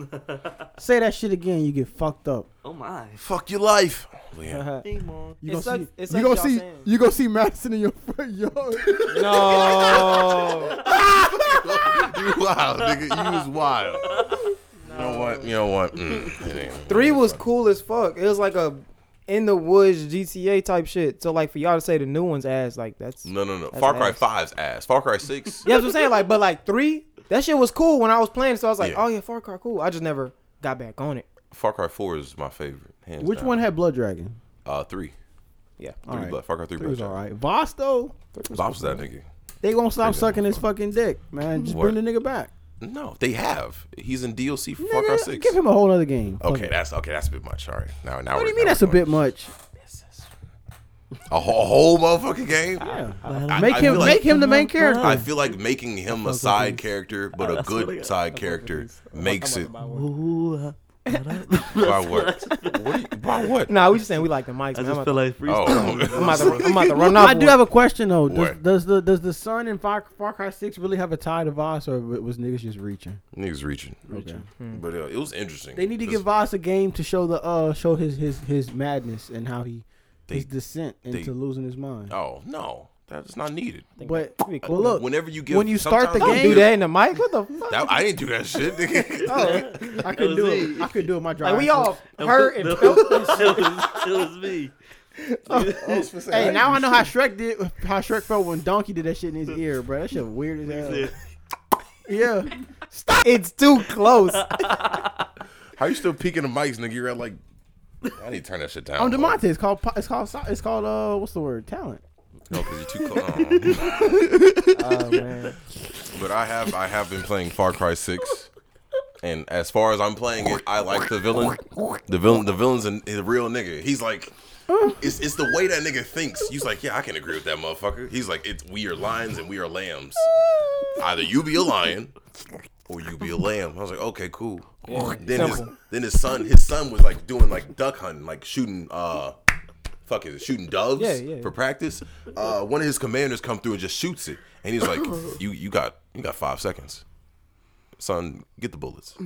<laughs>
Say that shit again, you get fucked up.
Oh my.
Fuck your life. Yeah.
<laughs>
<laughs> Bing bong.
You gonna
It sucks-
see,
it
you
sucks
gonna
y'all
see
saying.
you gonna see Madison in your <laughs> front yard.
<laughs> No.
<laughs> you wild, nigga. You was wild. You know what? You know what? Mm, it ain't-
Three was cool as fuck. It was like a in the woods GTA type shit. So like for y'all to say the new one's ass, like that's
No, no, no.
That's
Far Cry
ass.
Five's ass. Far
<laughs>
Cry Six.
Yeah, that's what I'm saying. Like, but like three, that shit was cool when I was playing. So I was like,
Yeah.
oh yeah, Far Cry, cool. I just never got back on it.
Far Cry Four is my favorite. Hands
Which
down.
one had Blood Dragon?
Uh, three.
Yeah.
All
Three
right.
blood. Far Cry Three.
It was
blood.
alright. Voss though,
Bops that nigga.
they gonna stop sucking his fucking dick, man. Just
What?
bring the nigga back.
No, they have. He's in DLC for Far Cry
Nigga,
Six.
give him a whole other game. Fuck
Okay,
it.
that's okay. That's a bit much. All right, now now.
What do you mean that's a bit much?
A whole, a whole motherfucking game. I-
Make
I
him,
feel like-
make him the main character.
I feel like making him a side character, but a good side character makes it by what? What? do you-
<laughs>
By what?
Nah, we just saying we like the mics.
I
Man.
just
I'm, about,
feel like freestyle.
Oh,
<laughs> I'm, about to, I'm about to run off.
I do have a question though. Does,
What?
does the does the Sun and Far, Far Cry Six really have a tie to Voss, or was niggas just reaching?
niggas reaching. But uh, it was interesting.
They need to
Just-
give Voss a game to show the uh show his his his madness and how he his descent into
they-
losing his mind.
Oh no, that's not needed.
But well, look,
Whenever you give,
when you start the
sometimes
game-
you
do
give-
that in the mic. What the fuck?
That- I didn't do that shit.
<laughs>
nigga.
Oh. I could do it. I could do it. My drive.
Like we
<laughs>
all hurt and
<laughs> No,
felt.
it was, it
<laughs>
was me.
Hey, now I know how Shrek did. How Shrek felt when Donkey did that shit in his ear, bro. That shit weird as hell. Yeah.
It's too
<laughs>
close.
How you still peeking the mics, nigga? You're at like. I need to turn that shit down.
On Demonte, it's called. po- It's called. so- It's called. Uh, what's the word? Talent.
No, because
<laughs>
you're too close.
oh man.
but I have I have been playing Far Cry Six, and as far as I'm playing it, I like the villain. The villain, the villain's a, is a real nigga. He's like, it's it's the way that nigga thinks. He's like, yeah, I can agree with that motherfucker. He's like, it's we are lions and we are lambs. Either you be a lion or you be a lamb. I was like, okay, cool. then his then his son his son was like doing like duck hunting, like shooting uh. Fuck it, shooting doves
Yeah, yeah.
for practice. Uh, one of his commanders come through and just shoots it,
<laughs>
and he's like, "You, you got, you got five seconds, son. Get the bullets,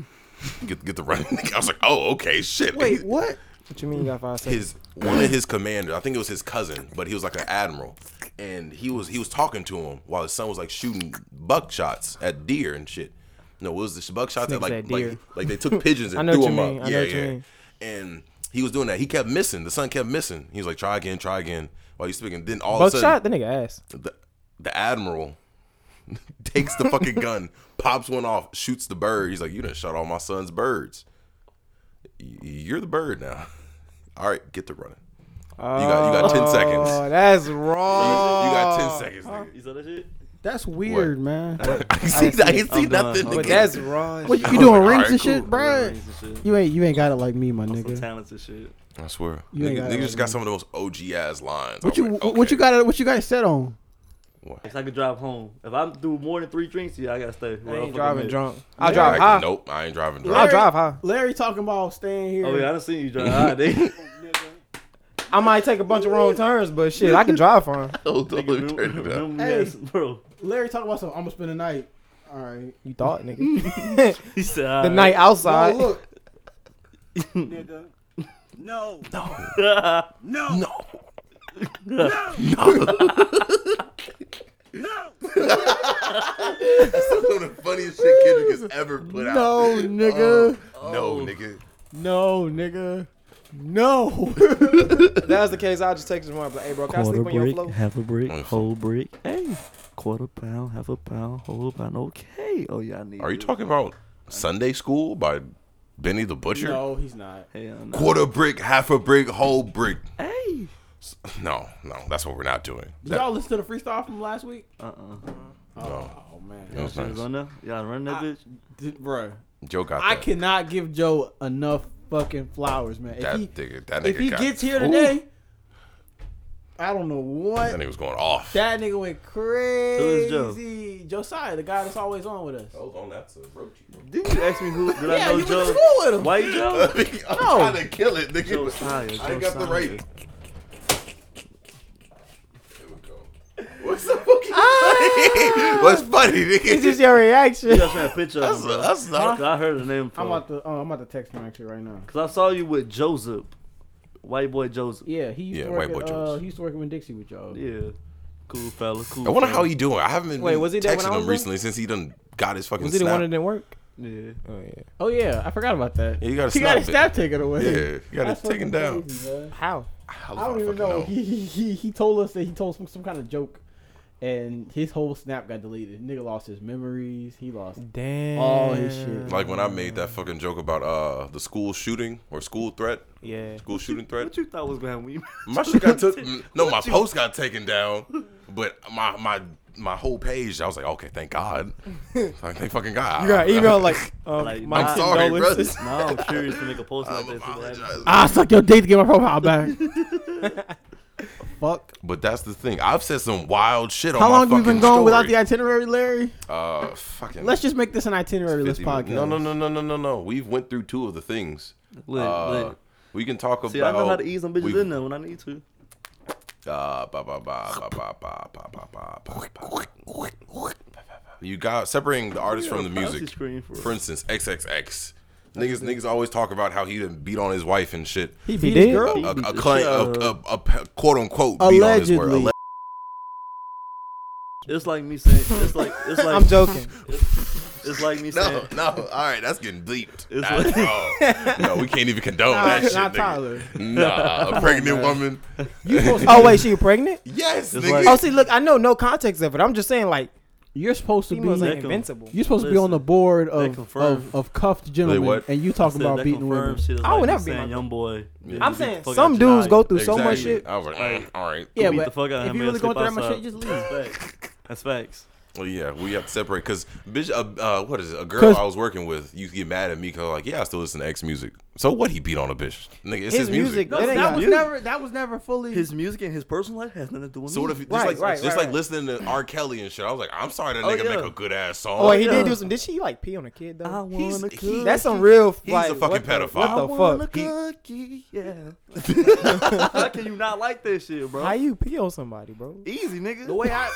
get, get the running." <laughs> I was like, "Oh, okay, shit." <laughs>
Wait, what?
What you mean you got five seconds?
his one of his commanders. I think it was his cousin, but he was like an admiral, and he was he was talking to him while his son was like shooting buckshots at deer and shit. No, it was the buckshots that
Sneaks
like
at
like
deer.
like they took pigeons
<laughs>
and
I know
threw
what
them
you mean.
up.
I know
yeah,
what you
yeah.
mean.
And he was doing that. He kept missing. The son kept missing. He was like, "Try again, try again." While he's speaking, then all of a
Buckshot,
sudden,
the nigga ass.
the, the admiral <laughs> takes the fucking gun, pops one off, shoots the bird. He's like, "You done shot all my son's birds. Y- You're the bird now. <laughs> All right, get to running. You got you got ten seconds.
Oh, that's
You,
wrong.
Oh,
you got ten seconds. Nigga.
You saw that shit?
That's weird, man.
I ain't <laughs> see, I ain't see
I'm done.
nothing.
But
nigga.
that's wrong.
What you, you
I was
doing
like,
rings
alright,
and
cool.
shit, bruh?
Rings and shit.
You ain't you ain't got it like me, my
I'm so
nigga.
talented shit.
I swear.
You ain't
Nigga,
got
nigga
it.
just got some of the most OG ass lines.
What
I
you
went,
what you
okay.
got what you got set on?
If I can drive home. If I do more than three drinks, yeah, I gotta stay.
I
Well,
ain't
fucking
driving
admit.
drunk. I
I
drive
like,
high.
Nope, I ain't driving.
I'll
drunk. <laughs>
drive high.
Larry talking about staying here.
Oh yeah, I done seen you <laughs> drive. All right, nigga.
I might take a bunch of wrong turns, but shit, I can drive fine.
Hold on, let me
Remember-
turn it <laughs> up.
remember
Hey.
me asking- bro.
Larry talking about something. I'm gonna spend the night. All right.
You thought, nigga.
He said
<laughs> The night outside.
look,
<laughs>
No.
<laughs>
That's some of the funniest shit Kendrick has ever put out.
No, nigga.
Uh-huh. No, nigga.
No, nigga. No.
If that was the case, I'll just take it tomorrow. But hey, bro, can I
Quarter
sleep on your
brick, <laughs>
floor?
half a brick,
Nice.
whole brick. Hey, quarter pound, half a pound, whole pound. Okay.
Oh yeah, I need.
Are you
this.
talking about Sunday School by Benny the
<laughs>
Butcher?
No, he's not.
Hell no.
Quarter brick, half a brick, whole brick.
Hey.
No, no, that's what we're not doing.
Did y'all listen to the freestyle from last week?
Uh uh
No,
Oh man,
that was
Shit is
nice.
on there. Y'all Uh-uh. run that bitch.
Did, bruh.
Joe got that.
I cannot give Joe enough fucking flowers, man. If
that
he
nigga, that nigga
if he
got-
gets here
Ooh,
today, I don't know what
that nigga was going off.
That nigga went
is Joe?
crazy. Josiah, the guy that's always on with us.
Hold on, that's a roach.
Did you ask me who? Did I
yeah,
know
you went to
Joe?
school with him.
Why you <laughs> Joe?
<laughs> I'm trying to kill it, nigga.
Joe Sire,
I ain't
Joe
got the
Sire.
right. There we go. <laughs> What's
<laughs>
the fucking funny? What's funny, nigga?
It's just Ah. your reaction.
You got trying to picture him,
that's,
bro.
that's not.
'Cause I heard the name.
I'm
Before.
about to oh, I'm about to text him actually right now.
Cause I saw you with Joseph, white boy Joseph.
Yeah, he used
Yeah,
to
White
work at,
Boy Jones.
uh, he used to work in Dixie with y'all.
Yeah, cool fella. Cool.
I wonder how
fella.
he doing. I haven't been
Wait, was he there when
texting
I was
him
there?
recently since he done got his fucking
Was it the
snap.
one that didn't work?
Yeah.
Oh yeah.
Oh yeah, I forgot about that.
Yeah, you gotta
he got
snap
his
it.
staff taken <laughs> away.
yeah, you got
That's
it
fucking
taken down.
crazy, man.
How?
How the
I
fuck
don't even
fucking
know. He, he he he told us that he told some some kind of joke, and his whole snap got deleted. Nigga lost his memories. He lost
Damn.
all his shit.
Like when I made that fucking joke about uh the school shooting or school threat,
Yeah.
school shooting threat.
What you thought was gonna happen? When you... <laughs>
My shit got took. No, my post got taken down, but my my my whole page. I was like, okay,
<laughs>
thank God. Like thank fucking God.
You got an email <laughs> like, um,
Like,
my
I'm
sorry, <laughs>
condolences.
no, I'm curious to make a post
I
Ah,
like that. see what happens.
apologize.
<laughs> I suck your dick to get my profile back. fuck?
But that's the thing. I've said some wild shit
How
on my
long have we been
fucking
going without the
story.
itinerary, Larry?
Uh, fucking.
Let's just make this an itinerary list
50 minutes.
podcast.
No, no, no, no, no, no, no. We've went through two of the things.
Lit,
Uh,
lit.
we can talk
See, I
about.
know how to ease them bitches
we-
in there when I need to.
Uh, ba, ba, ba, ba, ba, ba, ba, ba, ba, ba, ba, ba. You got separating the artist from the
Privacy
music.
screen for
For instance, XXX. Niggas, niggas always talk about how he done beat on his wife and shit.
He
He
beat
did?
his girl?
A, a,
beat
a,
the
client,
shit
a,
out
a, a quote unquote beat on his word.
Allegedly.
It's like me saying, it's like, it's
<laughs>
like,
I'm joking.
it's like me saying,
<laughs> No, no. All right, that's getting bleeped.
It's
That's- oh, no, we can't even
<laughs>
condone that
Nah,
shit.
not
<laughs>
nigga.
Tyler.
Nah, a pregnant woman.
<laughs> oh wait, she pregnant?
Yes,
It's
nigga.
like-
<laughs> Oh, see, look, I know no context of it. I'm just saying, like,
You're supposed to be.
females ain't
Beckham.
invincible.
You're supposed to be on the board
That
of
confirmed.
of, of cuffed gentlemen,
what?
and you talking
said
about
that
beating women.
confirms shit. It's
I
like
would
me
never be
saying
my-
young boy.
Yeah.
I'm
beat
saying
the fuck
some
out your
dudes go
eye.
through so much
Exactly.
shit.
I was like, mm, all right.
Yeah,
beat
but
the fuck out of
if
him
you
and
really going
sleep
through that much
outside.
shit, just leave.
That's facts. That's facts.
Well, yeah, we have to separate because bitch, uh, uh, what is it? A girl
'Cause-
I was working with used to get mad at me because like, yeah, I still listen to X music. So what? He beat on a bitch, nigga. It's his,
His
music.
music-
No,
It ain't
that
got
was
you.
never that was never fully.
His music and his personal life has nothing to do with
So
me.
what if just
Right,
like
right,
just
right,
like
right.
listening to R. Kelly and shit? I was like, I'm sorry that
Oh,
nigga
yeah.
make a good ass song.
Oh, wait,
<laughs>
he did
yeah.
do some. Did she like pee on a kid
I
though?
He's-
wanna
he-
cook.
That's some real.
He's
like,
a fucking
what the-
pedophile.
I
What
want
the
a
fuck?
cookie, yeah. <laughs> How can you not like that shit, bro?
How you pee on somebody, bro?
Easy, nigga. The way I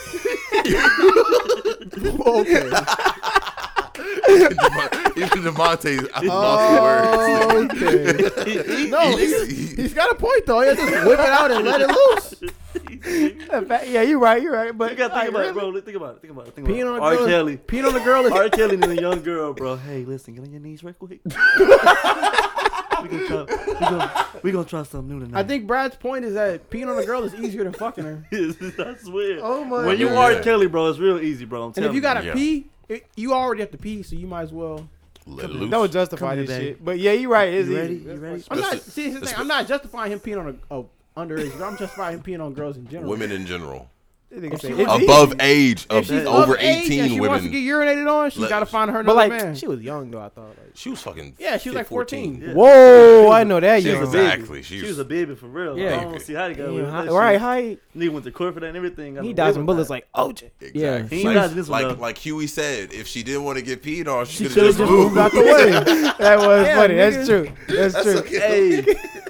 okay.
Even Demonte's I
Oh,
lost words.
okay.
No, he's,
He's got a point though. Yeah, just <laughs> whip it out and let
<laughs>
it loose.
yeah, you're right. You're right. But
you gotta think
like,
about it,
really?
bro. Think about it. Think about it. Think about it.
Peeing on a
R.
girl-
Kelly.
Peeing on the girl <laughs> is
R. Kelly and a young girl, bro. Hey, listen, get on your knees right quick. we gonna try. We gonna, we gonna try something new tonight.
I think Brad's point is that peeing on a girl is easier than fucking her.
<laughs> I swear.
Oh my
When you
God.
are Kelly, bro, it's real easy, bro. I'm
And if
telling
you gotta
Yeah.
pee, it, you already have to pee, so you might as well.
let it loose.
Don't justify
Come here,
this
baby.
shit. But yeah, you're right. It's
you
easy.
ready? You ready?
I'm not.
Especially-
See, here's the thing. I'm not justifying him peeing on a, a underage. girl. I'm justifying him peeing on girls in general.
women in general,
That nigga said
she
it's
was-
easy.
above age,
If
of
she's
over
of age and
18
she
women.
wants to get urinated on, she
Let-
gotta find her another
But like,
man.
she was young though. I thought. Like,
she was fucking.
yeah, she was
shit,
like 14.
Yeah.
Whoa, I know that.
She
young.
was a baby.
Exactly. She
She
was-
was a baby for real. Yeah.
Yeah.
I don't see how they got away
Damn,
with
hi-
that
right,
shit.
height.
Nigga went to court for that and everything. got
He
away
dodging
with
bullets
that.
like "Oh, OJ.
Exactly.
He got this
Like,
one
like,
up.
like Huey said, if she didn't want to get peed on, she,
She
could have just <laughs> moved.
out the way. <laughs> That was
Yeah,
funny.
nigga.
That's true. That's, true.
Hey.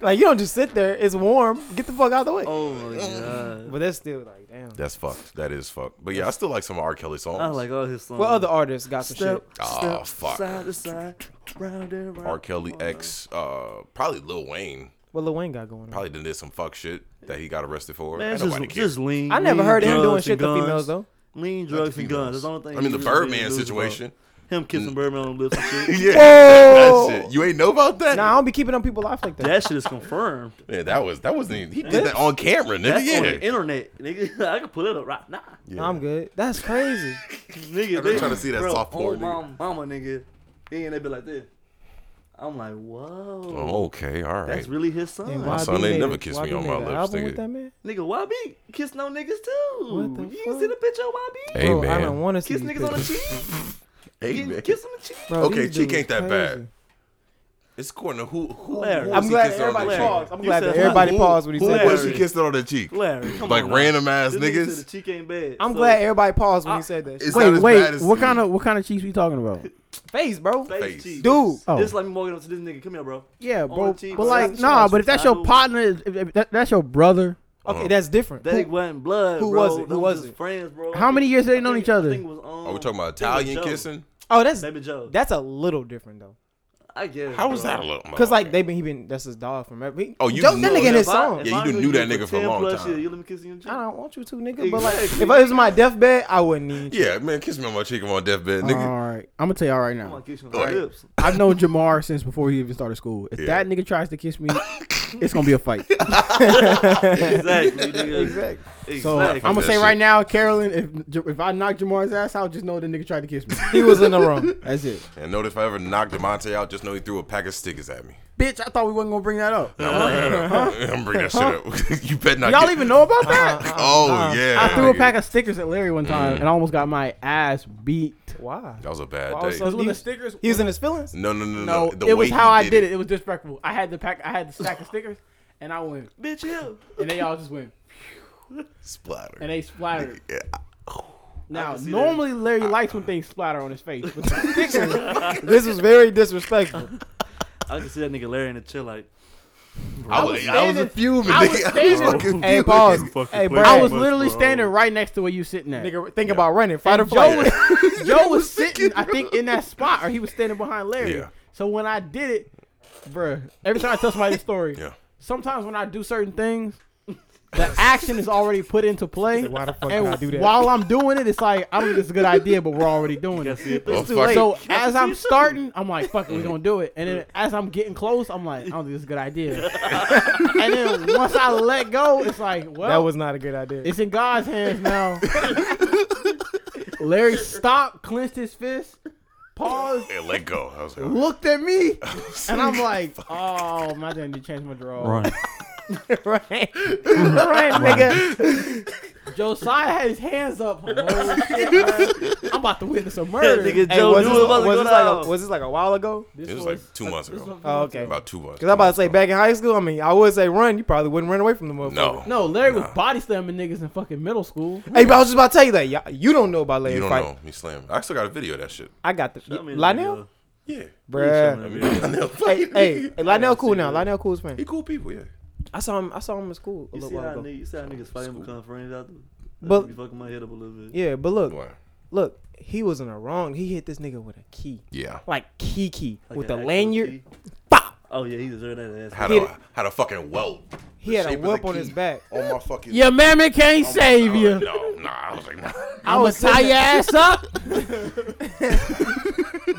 Like you don't just sit there. It's warm. Get the fuck out the way.
oh my god.
But that's still like damn.
That's fucked. That is fucked. But yeah, I still like some of R. Kelly songs.
I like all his songs.
What other artists got some
step,
shit?
Ah,
step,
fuck.
side to side, round and round.
R. Kelly X, uh, probably Lil Wayne.
What Lil Wayne got going on?
Probably done did some fuck shit that he got arrested for.
Man,
Ain't
it's just,
nobody
just
care.
lean.
I never
lean,
heard him
drugs
doing
and
shit to
guns.
females though.
Lean drugs and guns. That's the only thing.
I mean, the
he was really
Birdman
loose about.
situation. <laughs>
Him kissing Birdman on the lips and shit.
yeah,
Whoa!
that shit. You ain't know about that?
Nah, I don't be keeping on people life like that.
That shit is confirmed.
Yeah, that was that wasn't even. He did that on camera, nigga.
That's on the
Yeah.
internet, nigga. <laughs> I can pull it up right now,
Nah, I'm good. That's crazy.
nigga.
been
nigga.
trying to see that
Bro,
soft porn,
on my mama, nigga. He and they be like this. I'm like, whoa.
Oh, okay, all right.
That's really his son.
And
<laughs> My
YB
son ain't
made
never
a-
kissed
YB
me on
made
my
an
lips,
album with
nigga.
that man?
Nigga, YB kiss no niggas too.
What the
you
fuck?
see the picture of YB?
hey
Bro, I
man,
don't want to see
Kiss
these
niggas on the
pictures.
cheek.
hey man.
Get- Kiss on the cheek.
Bro,
Okay,
these
cheek
dudes
ain't that
crazy.
bad. It's according to who who.
Larry.
who
I'm
was he
glad
kissing on
everybody
the cheek?
paused. I'm
You
glad
said
that
who?
everybody paused when he
Who
said
was
that.
he kissing on the cheek?
Larry, come
Like
on now.
random ass
This nigga said
niggas.
The cheek ain't bad.
I'm
So,
glad everybody paused
Uh,
when he said that.
It's
shit.
not
Wait,
as bad
wait.
as
What kind of what kind of cheeks we talking about?
Face, bro.
Face.
face cheek.
Dude.
Oh.
This is like me walking up to this nigga. Come here, bro.
Yeah,
the
bro.
cheek,
But
bro.
like,
That's
nah.
just
But if that's your
title.
partner, if, if that, that's your brother.
Okay, that's different.
That
Who-
ain't wasn't blood.
who
bro.
was it? Who
Them
was
just
it?
Friends, bro.
How many years they
I
known
think-
each other?
I think it was, um,
Are we talking about
I think it was
Italian
Joe.
kissing?
Oh, that's
Baby Joe.
that's a little different though.
I guess.
How was
bro.
that a little?
Oh.
Cause like they been he been that's his dog from every.
Oh, you
Joe, that
know
nigga in
that.
his
If I-
song.
if
Yeah, you
I
knew
knew
that
you
nigga
for
for a
10
long
plus
time.
years, You let me kiss you in
I
the
don't want you to, nigga. But like, if it
Exactly.
was my deathbed, I wouldn't need. You.
yeah, man, kiss me on my cheek. I'm on deathbed, nigga.
All right, I'm gonna tell y'all right
I'm gonna
now.
kiss you on the lips.
I've known Jamar since before he even started school. If
Yeah.
that nigga tries to kiss me, it's gonna be a
<laughs>
fight.
Exactly, nigga. Exactly.
So I'm
Fuck
gonna
that
say
shit.
right now, Carolyn, if if I knock Jamar's ass out, just know the nigga tried to kiss me.
He was in the wrong.
That's it.
And note if I ever knocked Demonte out, just know he threw a pack of stickers at me.
Bitch, I thought we wasn't gonna bring that up.
I'm bringing that up. <laughs> I'm bringing that shit up. you better not.
Uh-huh. Y'all
get-
even know about that?
<laughs> Oh yeah.
I threw a
nigga.
pack of stickers at Larry one time
Mm.
and I almost got my ass beat.
Why?
That was a bad
Why
day.
was so-
When
He-
the stickers,
<laughs>
He was in his feelings.
no, no, no, no.
no,
The
it
way
was
he
how I did it. it. was disrespectful. I had the pack, I had the stack of stickers, and I went,
Bitch, hell.
and they all just went,
Splatter.
and they splattered.
<laughs> Yeah.
Now, normally Larry likes when things splatter on his face, but
This was very disrespectful.
I can see that nigga Larry in the chill like.
<laughs> I was, <laughs> I was
standing-
fuming.
I was
nigga.
standing-
fucking
hey,
fuming.
pause. Hey, bro.
I was literally standing right next to where you sitting at.
Nigga, think about running. Fight or
And Joe
flight.
was, <laughs> Joe was sitting, I think, in that spot, or he was standing behind Larry.
Yeah.
So when I did it, bruh, every time I tell somebody this story,
Yeah.
sometimes when I do certain things, the action is already put into play.
Why the fuck
And
did I do that?
while I'm doing it, it's like I don't think it's a good idea, but we're already doing it.
Oh,
too
fuck.
late.
So as I'm starting, I'm like, "Fuck it, we're gonna do it." And then as I'm getting close, I'm like, "I don't think this is a good idea." and then once I let go, it's like, "Well,
That was not a good idea.
it's in God's hands now." Larry stopped, clenched his fist, paused,
Yeah, let go. I was like,
looked at me, and I'm like, "Oh, my damn, you changed my draw."
Right.
<laughs> right. <laughs> right, nigga.
Josiah had his hands up. Oh,
<laughs>
shit, man. I'm about to witness a murder.
Nigga
Hey,
Joe,
was,
you
this,
was about to
was
go
this like
down.
a, was this like a while ago?
This
it was like two months ago.
Oh, okay.
About two months.
Because I'm about to say, back in high school, I mean, I would say run. You probably wouldn't run away from the motherfucker.
No.
No, Larry was body slamming niggas in fucking middle school.
Hey, but I was just about to tell you that. Y'all, you don't know about Larry
You don't
Fight.
know. He slammed. I still got a video of that shit.
I got the
That mean,
Lionel.
Yeah.
Bruh.
I mean,
<coughs>
I
<laughs>
know.
Hey,
fucking-
<laughs>
hey, hey, Lionel cool now. Lionel cool as
He
man.
cool people, yeah.
I saw him. I saw him at school a
You
little
see,
while
how
ago.
niggas, you see how niggas fighting become friends out there?
But-
But be fucking my head up a little bit.
Yeah, but look,
Why?
look, he was in the wrong. He hit this nigga with a key,
Yeah.
like key key,
Like
with
an
a
actual
lanyard.
key.
Bah!
Oh yeah, he deserved that ass.
Had
Hit
a had a fucking welt.
He had a
shape of the
whip on his
key.
back.
On my fucking. <laughs>
Your mammy
Oh
can't save
No,
you.
no, nah, I was like, nah.
I'm gonna tie your ass up.
<laughs>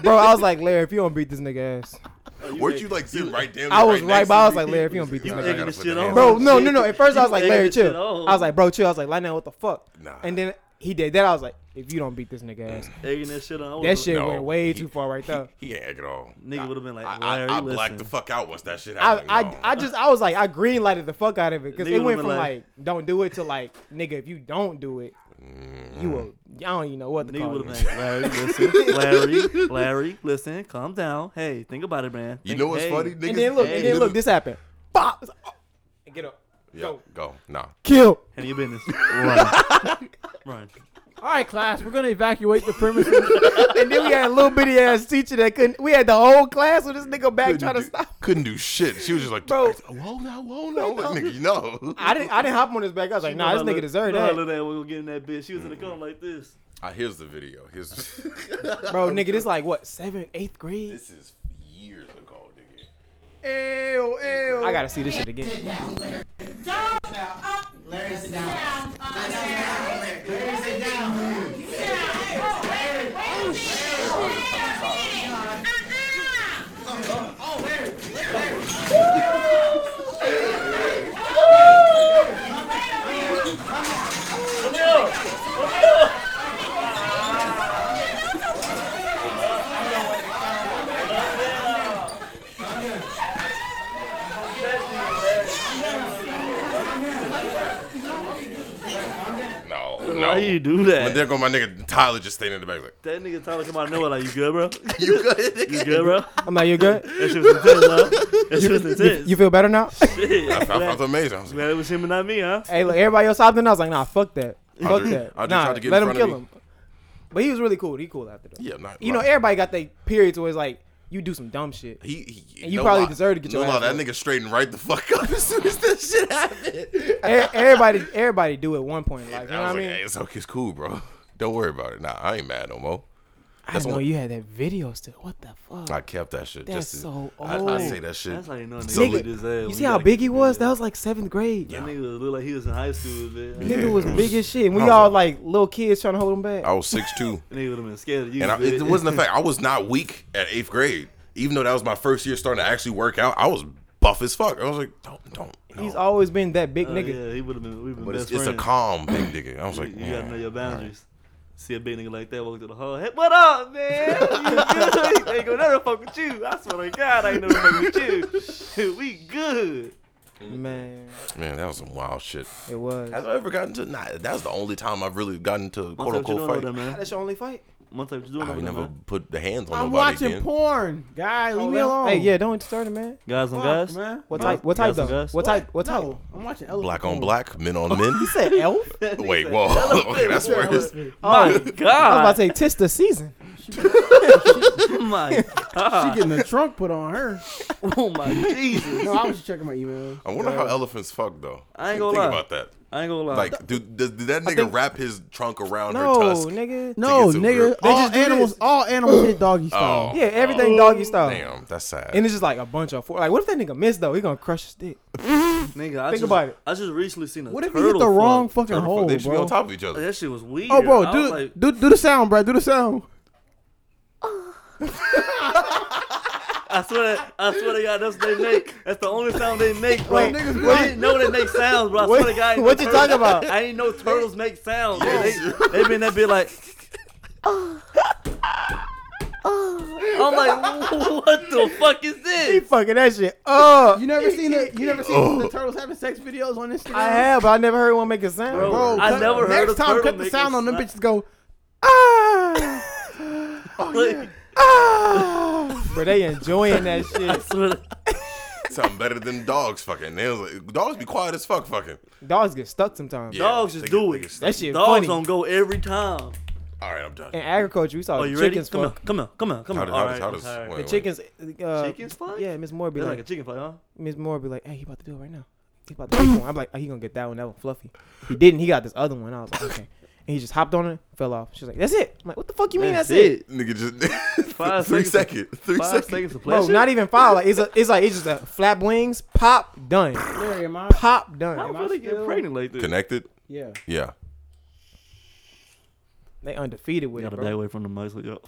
Bro, I was like, Larry, if you don't beat this nigga ass,
Weren't you like sitting right down?
I was right.
next
But I
to
was
me?
like, Larry, if you don't beat this
Nah,
nigga.
I
ass.
gotta put
Egging this
the
shit
hand
on.
up.
Bro, no, no, no. At first, I was like,
Egging
Larry,
this shit
chill.
on.
I was like, bro, chill. I was like, Lionel, what the fuck?
Nah.
And then he did that. I was like, if you don't beat this nigga ass,
Egging that shit on. I
that
would've-
shit
No,
went way
he-
too far right there.
He ain't egg at all.
Nigga would have been like,
I,
Larry,
I, I
listen.
blacked the fuck out once that
<laughs>
shit
I,
happened.
I, I just I was like I green lighted the fuck out of it because
Nigga
it went
would've
from
been
like,
like-
don't do it to like nigga if you don't do it you will I don't even know what to
Nigga
call
would
it.
have been Larry, listen,
<laughs>
Larry, Larry, listen, calm down. Hey, think about it, man.
you
Think-
know what's
hey.
funny? Niggas,
And then look and then look this happened. Bop. It's like, oh. And Get up.
Yeah, go. Nah.
Kill.
Handle
<laughs>
your business. Run. Run.
All right, class, we're gonna evacuate the premises.
<laughs>
and then we had a little bitty ass teacher that couldn't. We had the whole class with this nigga back trying to
do,
stop.
couldn't do shit. She was just like,
Bro.
whoa,
<laughs>
now, whoa, now. Like, nigga, you know.
I didn't. I didn't hop on his back. I was like, nah, this nigga deserved that,
Look at we were getting that bitch. She was in the car like this.
Ah, here's the video. <laughs> Here's
bro. Nigga, this like what seventh, eighth grade.
this is years ago, nigga.
I gotta see this shit again.
No, no.
Why you do
But
that?
there go my nigga Tyler just standing in the back like,
That nigga Tyler come out of nowhere like, you good, bro?
<laughs> you
<laughs>
good?
You good, bro?
<laughs> I'm like, you good?
That shit was intense, huh? That shit was intense.
You feel better
<laughs>
now?
I felt, I felt amazing. I was like,
Glad it was him and not me, huh?
Hey, look, everybody else hopped in. I was like, nah, fuck that. Fuck
Audrey-
that.
Audrey
nah,
tried to get in
let him
front of
kill
me.
him. But he was really cool. He cool after that.
yeah, not.
You know, everybody got their periods where it's like, you do some dumb
<laughs>
shit.
he, he
and you
no
probably
lie.
deserve to get your
no lie,
ass
that nigga straightened right the fuck up <laughs> as soon as that shit happened.
E- everybody everybody do at one point. Like, you
I
know what
was
I
like,
mean?
hey, it's okay, it's cool, bro. Don't worry about it. Nah, I ain't mad no more.
I
that's
didn't know
one-
you had that video still. What the fuck?
I kept that shit.
That's
just to,
so
I, I
old.
say that shit.
That's how you know a nigga
So
beat
li-
his ass.
you
when
see how
got
big he
kicked,
was?
man.
That was like seventh grade.
That nigga looked like he was in high school, man. That
Nigga was big as shit. And we
I was
all
like-
like little kids trying to hold him back.
I was six
<laughs>
two,
nigga would have been scared of you.
and I,
bitch.
it wasn't the fact I was not weak at eighth grade. Even though that was my first year starting to actually work out, I was buff as fuck. I was like, don't, don't. No.
He's always been that big
Oh,
nigga.
Yeah, he would have been. We've been
but
best
it's, it's a
friends.
calm big nigga. I was like,
You gotta know
yeah.
your boundaries. See a big nigga like that walk through the hall. Hey, what up, man? You good? <laughs> ain't gonna never fuck with you. I swear to God, I ain't never fuck with you. <laughs> we good.
Man,
man, that was some wild shit.
it was.
Have I ever gotten to? Nah, that was the only time I've really gotten to quote
What you
unquote
doing over there,
fight.
man?
That's your only fight?
Once I was doing
I
over there,
never
man.
put the hands on
I'm
nobody
watching
again.
porn. Guy, leave me alone.
Oh, Hey, yeah, don't start it, man.
Guys on
Fuck,
guys?
man.
What
Guys-
type? What type
guys and
though?
guys?
What type? What type?
No, I'm watching elephant
Black on
porn.
black, men on men.
You said elf?
Wait, whoa. okay, <laughs> that's worse.
Oh My
I was about
God.
to say tis the season.
<laughs> Oh my,
She getting the trunk put on her.
<laughs> oh my Jesus.
No, I was just checking my email.
I wonder how elephants fuck though.
I
Think
ain't gonna lie.
about that.
I ain't gonna lie.
Like, do, does did that nigga
think-
wrap his trunk around
No,
her tusk?
nigga.
No,
Tickets to
nigga.
grip.
They
All
just do
animals,
this.
all animals hit doggy style.
Oh,
Yeah, everything doggy style.
damn, that's sad.
And it's just like a bunch of four. Like, what if that nigga missed though? He gonna crush his dick.
Nigga, I
Think
just,
about it.
I just recently seen a
What if he
turtle
hit the
fuck.
wrong fucking
Turtle fuck,
hole,
they should be
bro?
on top of each other.
That shit was weird.
Oh, bro,
I
do,
was like,
do do the sound, bro. Do the sound.
I swear, to, I swear to God, that's what they make. That's the only sound they make, bro.
Wait, niggas black.
I didn't know they make sounds, bro. I
What-
swear to God, I ain't
what
know
you
turtles-
talking about?
I didn't know turtles make sounds. bro. They, they been that bit like. I'm like, what the fuck is
He
this?
fucking that shit up.
You never seen the <laughs> you never seen
Oh.
the turtles having sex videos on Instagram?
I have, but I never heard one make a sound.
Bro,
Bro,
I
cut-
never heard
Next
a
time,
turtle
cut the
make
sound
a
on them
<laughs> sound.
bitches. Go ah
Like,
Bro, they enjoying that shit.
swear to-
Sound better than dogs fucking. They was like, dogs be quiet as fuck fucking.
Dogs get stuck sometimes.
Yeah,
Dogs just
they
do
get-
it.
they get stuck.
That shit
Dogs
funny.
don't go every time.
All right, I'm done.
In agriculture, we saw
Oh, you ready?
chickens
Come on,
fuck.
come on, come on, come
How
on.
does-
All
how does-
right,
how
I'm
does-
tired.
wait,
The
wait.
chickens. Uh,
Chickens fuck?
Yeah, Miss Moore be
They're
like,
like a chicken fight, huh?
Miss Moore be like, hey, he about to do it right now. He about to pick one. I'm like, oh, he gonna get that one. That one fluffy. He didn't. He got this other one. I was like, okay. And he just hopped on it, fell off. She's like, that's it. I'm like, what the fuck you mean that's, it?
Nigga just <laughs>
Five
three
seconds.
seconds. Three
Five
seconds.
seconds to play.
Bro,
shit?
not even five. Like, it's a, it's like it's just a flap wings, pop done,
Larry, am I?
pop
How
done.
the fuck they get
still-
pregnant like this?
Connected.
Yeah.
Yeah.
They undefeated with it,
Gotta
bro.
back away from the mics, like, yo.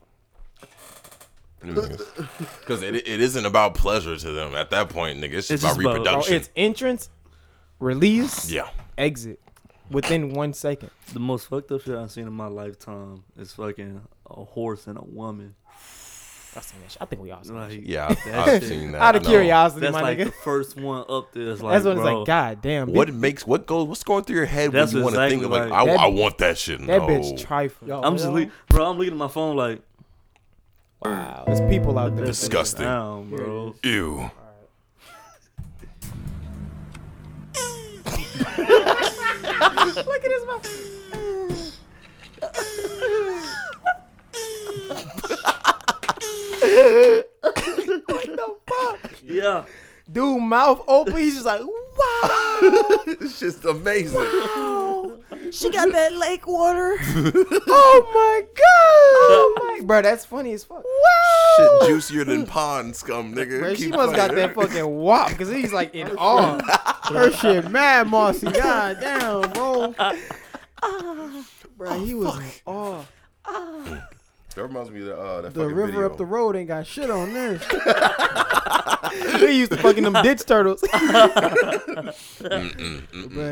Because it, it isn't about pleasure to them at that point, nigga. It's just
It's
about
just about-
Bro,
reproduction.
it's entrance, release,
yeah.
exit within one second.
The most fucked up shit I've seen in my lifetime is fucking a horse and a woman.
I seen that shit. I think we all seen that
Like,
shit.
<laughs>
Yeah. I've, I've
shit-
seen that.
Out of
No.
curiosity,
That's
my
like
nigga.
the first one up there. It's
<laughs>
like,
That's when
bro,
it's like, God damn, bitch,
What makes what goes what's going through your head
That's
when you want to think of
exactly
like,
like-
I,
That-
I want that shit.
that
no.
bitch trifle.
Yo,
I'm just,
yo.
le- bro, I'm looking at my phone like,
Wow, there's people out there.
Disgusting.
damn, bro.
Ew.
Look at his mouth.
Yeah.
Dude, mouth open. He's just like, wow.
<laughs> It's just amazing.
She got that lake water. <laughs> oh my god. Oh <laughs> my, bro, that's funny as fuck.
Shit juicier than pond scum, nigga.
Bro, she
Keep
must got
playing.
that fucking wop because he's like in
<laughs>
awe.
Her shit mad, Marcy. God damn,
<laughs>
bro.
Bro, he was in awe.
That reminds me of the, uh, that
The
fucking
river
video.
up the road ain't got shit on this.
<laughs> He used to fucking them ditch turtles. Bro,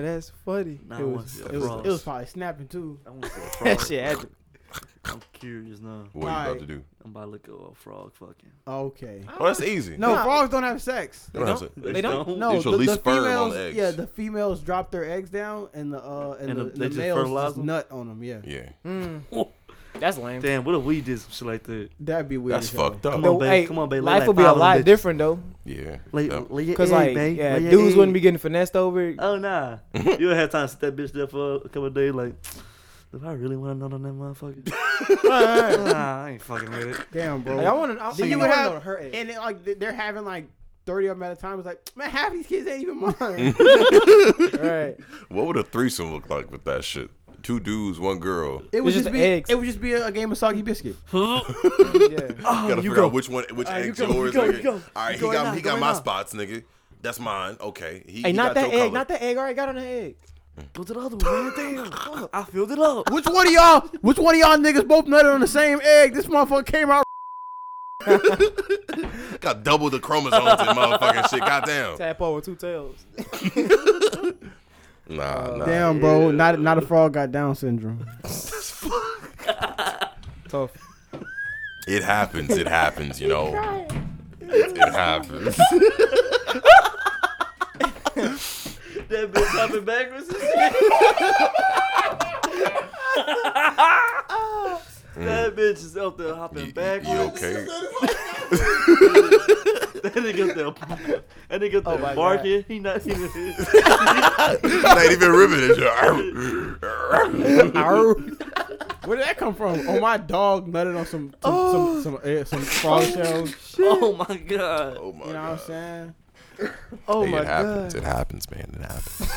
that's funny.
Nah,
it
I
was,
want to see a
It was,
frog.
it was probably snapping too.
I want to see a frog.
that shit
<laughs>
had to-
I'm curious now.
What are you about
Alright.
to do?
I'm about to look at a frog fucking.
Okay.
Oh, that's easy.
No, frogs don't have sex.
What I'm saying.
They don't-
No,
They should
the,
release
the
sperm on
females,
the eggs.
yeah, the females drop their eggs down, and the uh, and,
And
the,
the-
and
they
the
just
males
fertilize
just
them?
nut on them. Yeah,
Yeah.
Hmm. That's lame.
Damn, what if we did some shit like that?
that'd be weird.
That's
as hell.
fucked up.
Come on,
Though,
babe.
hey,
Come on, babe. Lay
Life
like
would be a
five of
lot
them bitches.
different though,
Yeah.
Lay,
That-
lay your
Oh. cause
egg,
like,
babe.
yeah,
Lay your
dudes
egg.
wouldn't be getting finessed over.
Oh <laughs> nah, you would have time to sit that bitch there for a couple of days. Like, <sniffs> do I really want to nut on that <laughs> motherfucker? nah, I ain't fucking with it.
Damn, bro.
Like, I want to. I,
Then you
you
would
have
have- <laughs>
her egg.
and it, like th- they're having like thirty of them at a time. It's like, man, half these kids ain't even <laughs> mine.
right?
What would a threesome look like with that shit? Two dudes, one girl.
It would just,
just the
be
eggs.
it would just be a, a game of soggy biscuit.
Yeah.
you gotta figure out which one, which egg's yours. nigga. All right, he got
now,
he
go
got
right
my
now.
spots, nigga. That's mine. Okay. He,
Hey,
he
not
got
that egg.
your color.
Not that egg. All right, got on the egg.
Go to the other one. man. Damn, I filled it up.
Which one of y'all? Which one of y'all niggas both nutted on the same egg? This motherfucker came out.
Got double the chromosomes and motherfucking shit. Goddamn.
Tadpole with two tails. Oh,
Nah, nah.
Damn, bro. Not not a frog got Down syndrome.
Tough.
It happens. It happens. You know. It, it happens.
<laughs> That bitch hopping <laughs> backwards. and shit.
Mm.
that bitch bitch is out there hopping
You,
back.
you okay?
<laughs> That nigga
<laughs> Oh
there, that nigga
Oh
there
my God.
barking. He not even.
Not even ribbing it.
<laughs>
just-
Arr. Where did that come from? Oh, my dog nutted on some some some some, eh, some frog shells.
oh my god.
oh my
You know what I'm
god.
saying?
Oh
Hey,
my
it happens.
god.
It happens, man. It happens.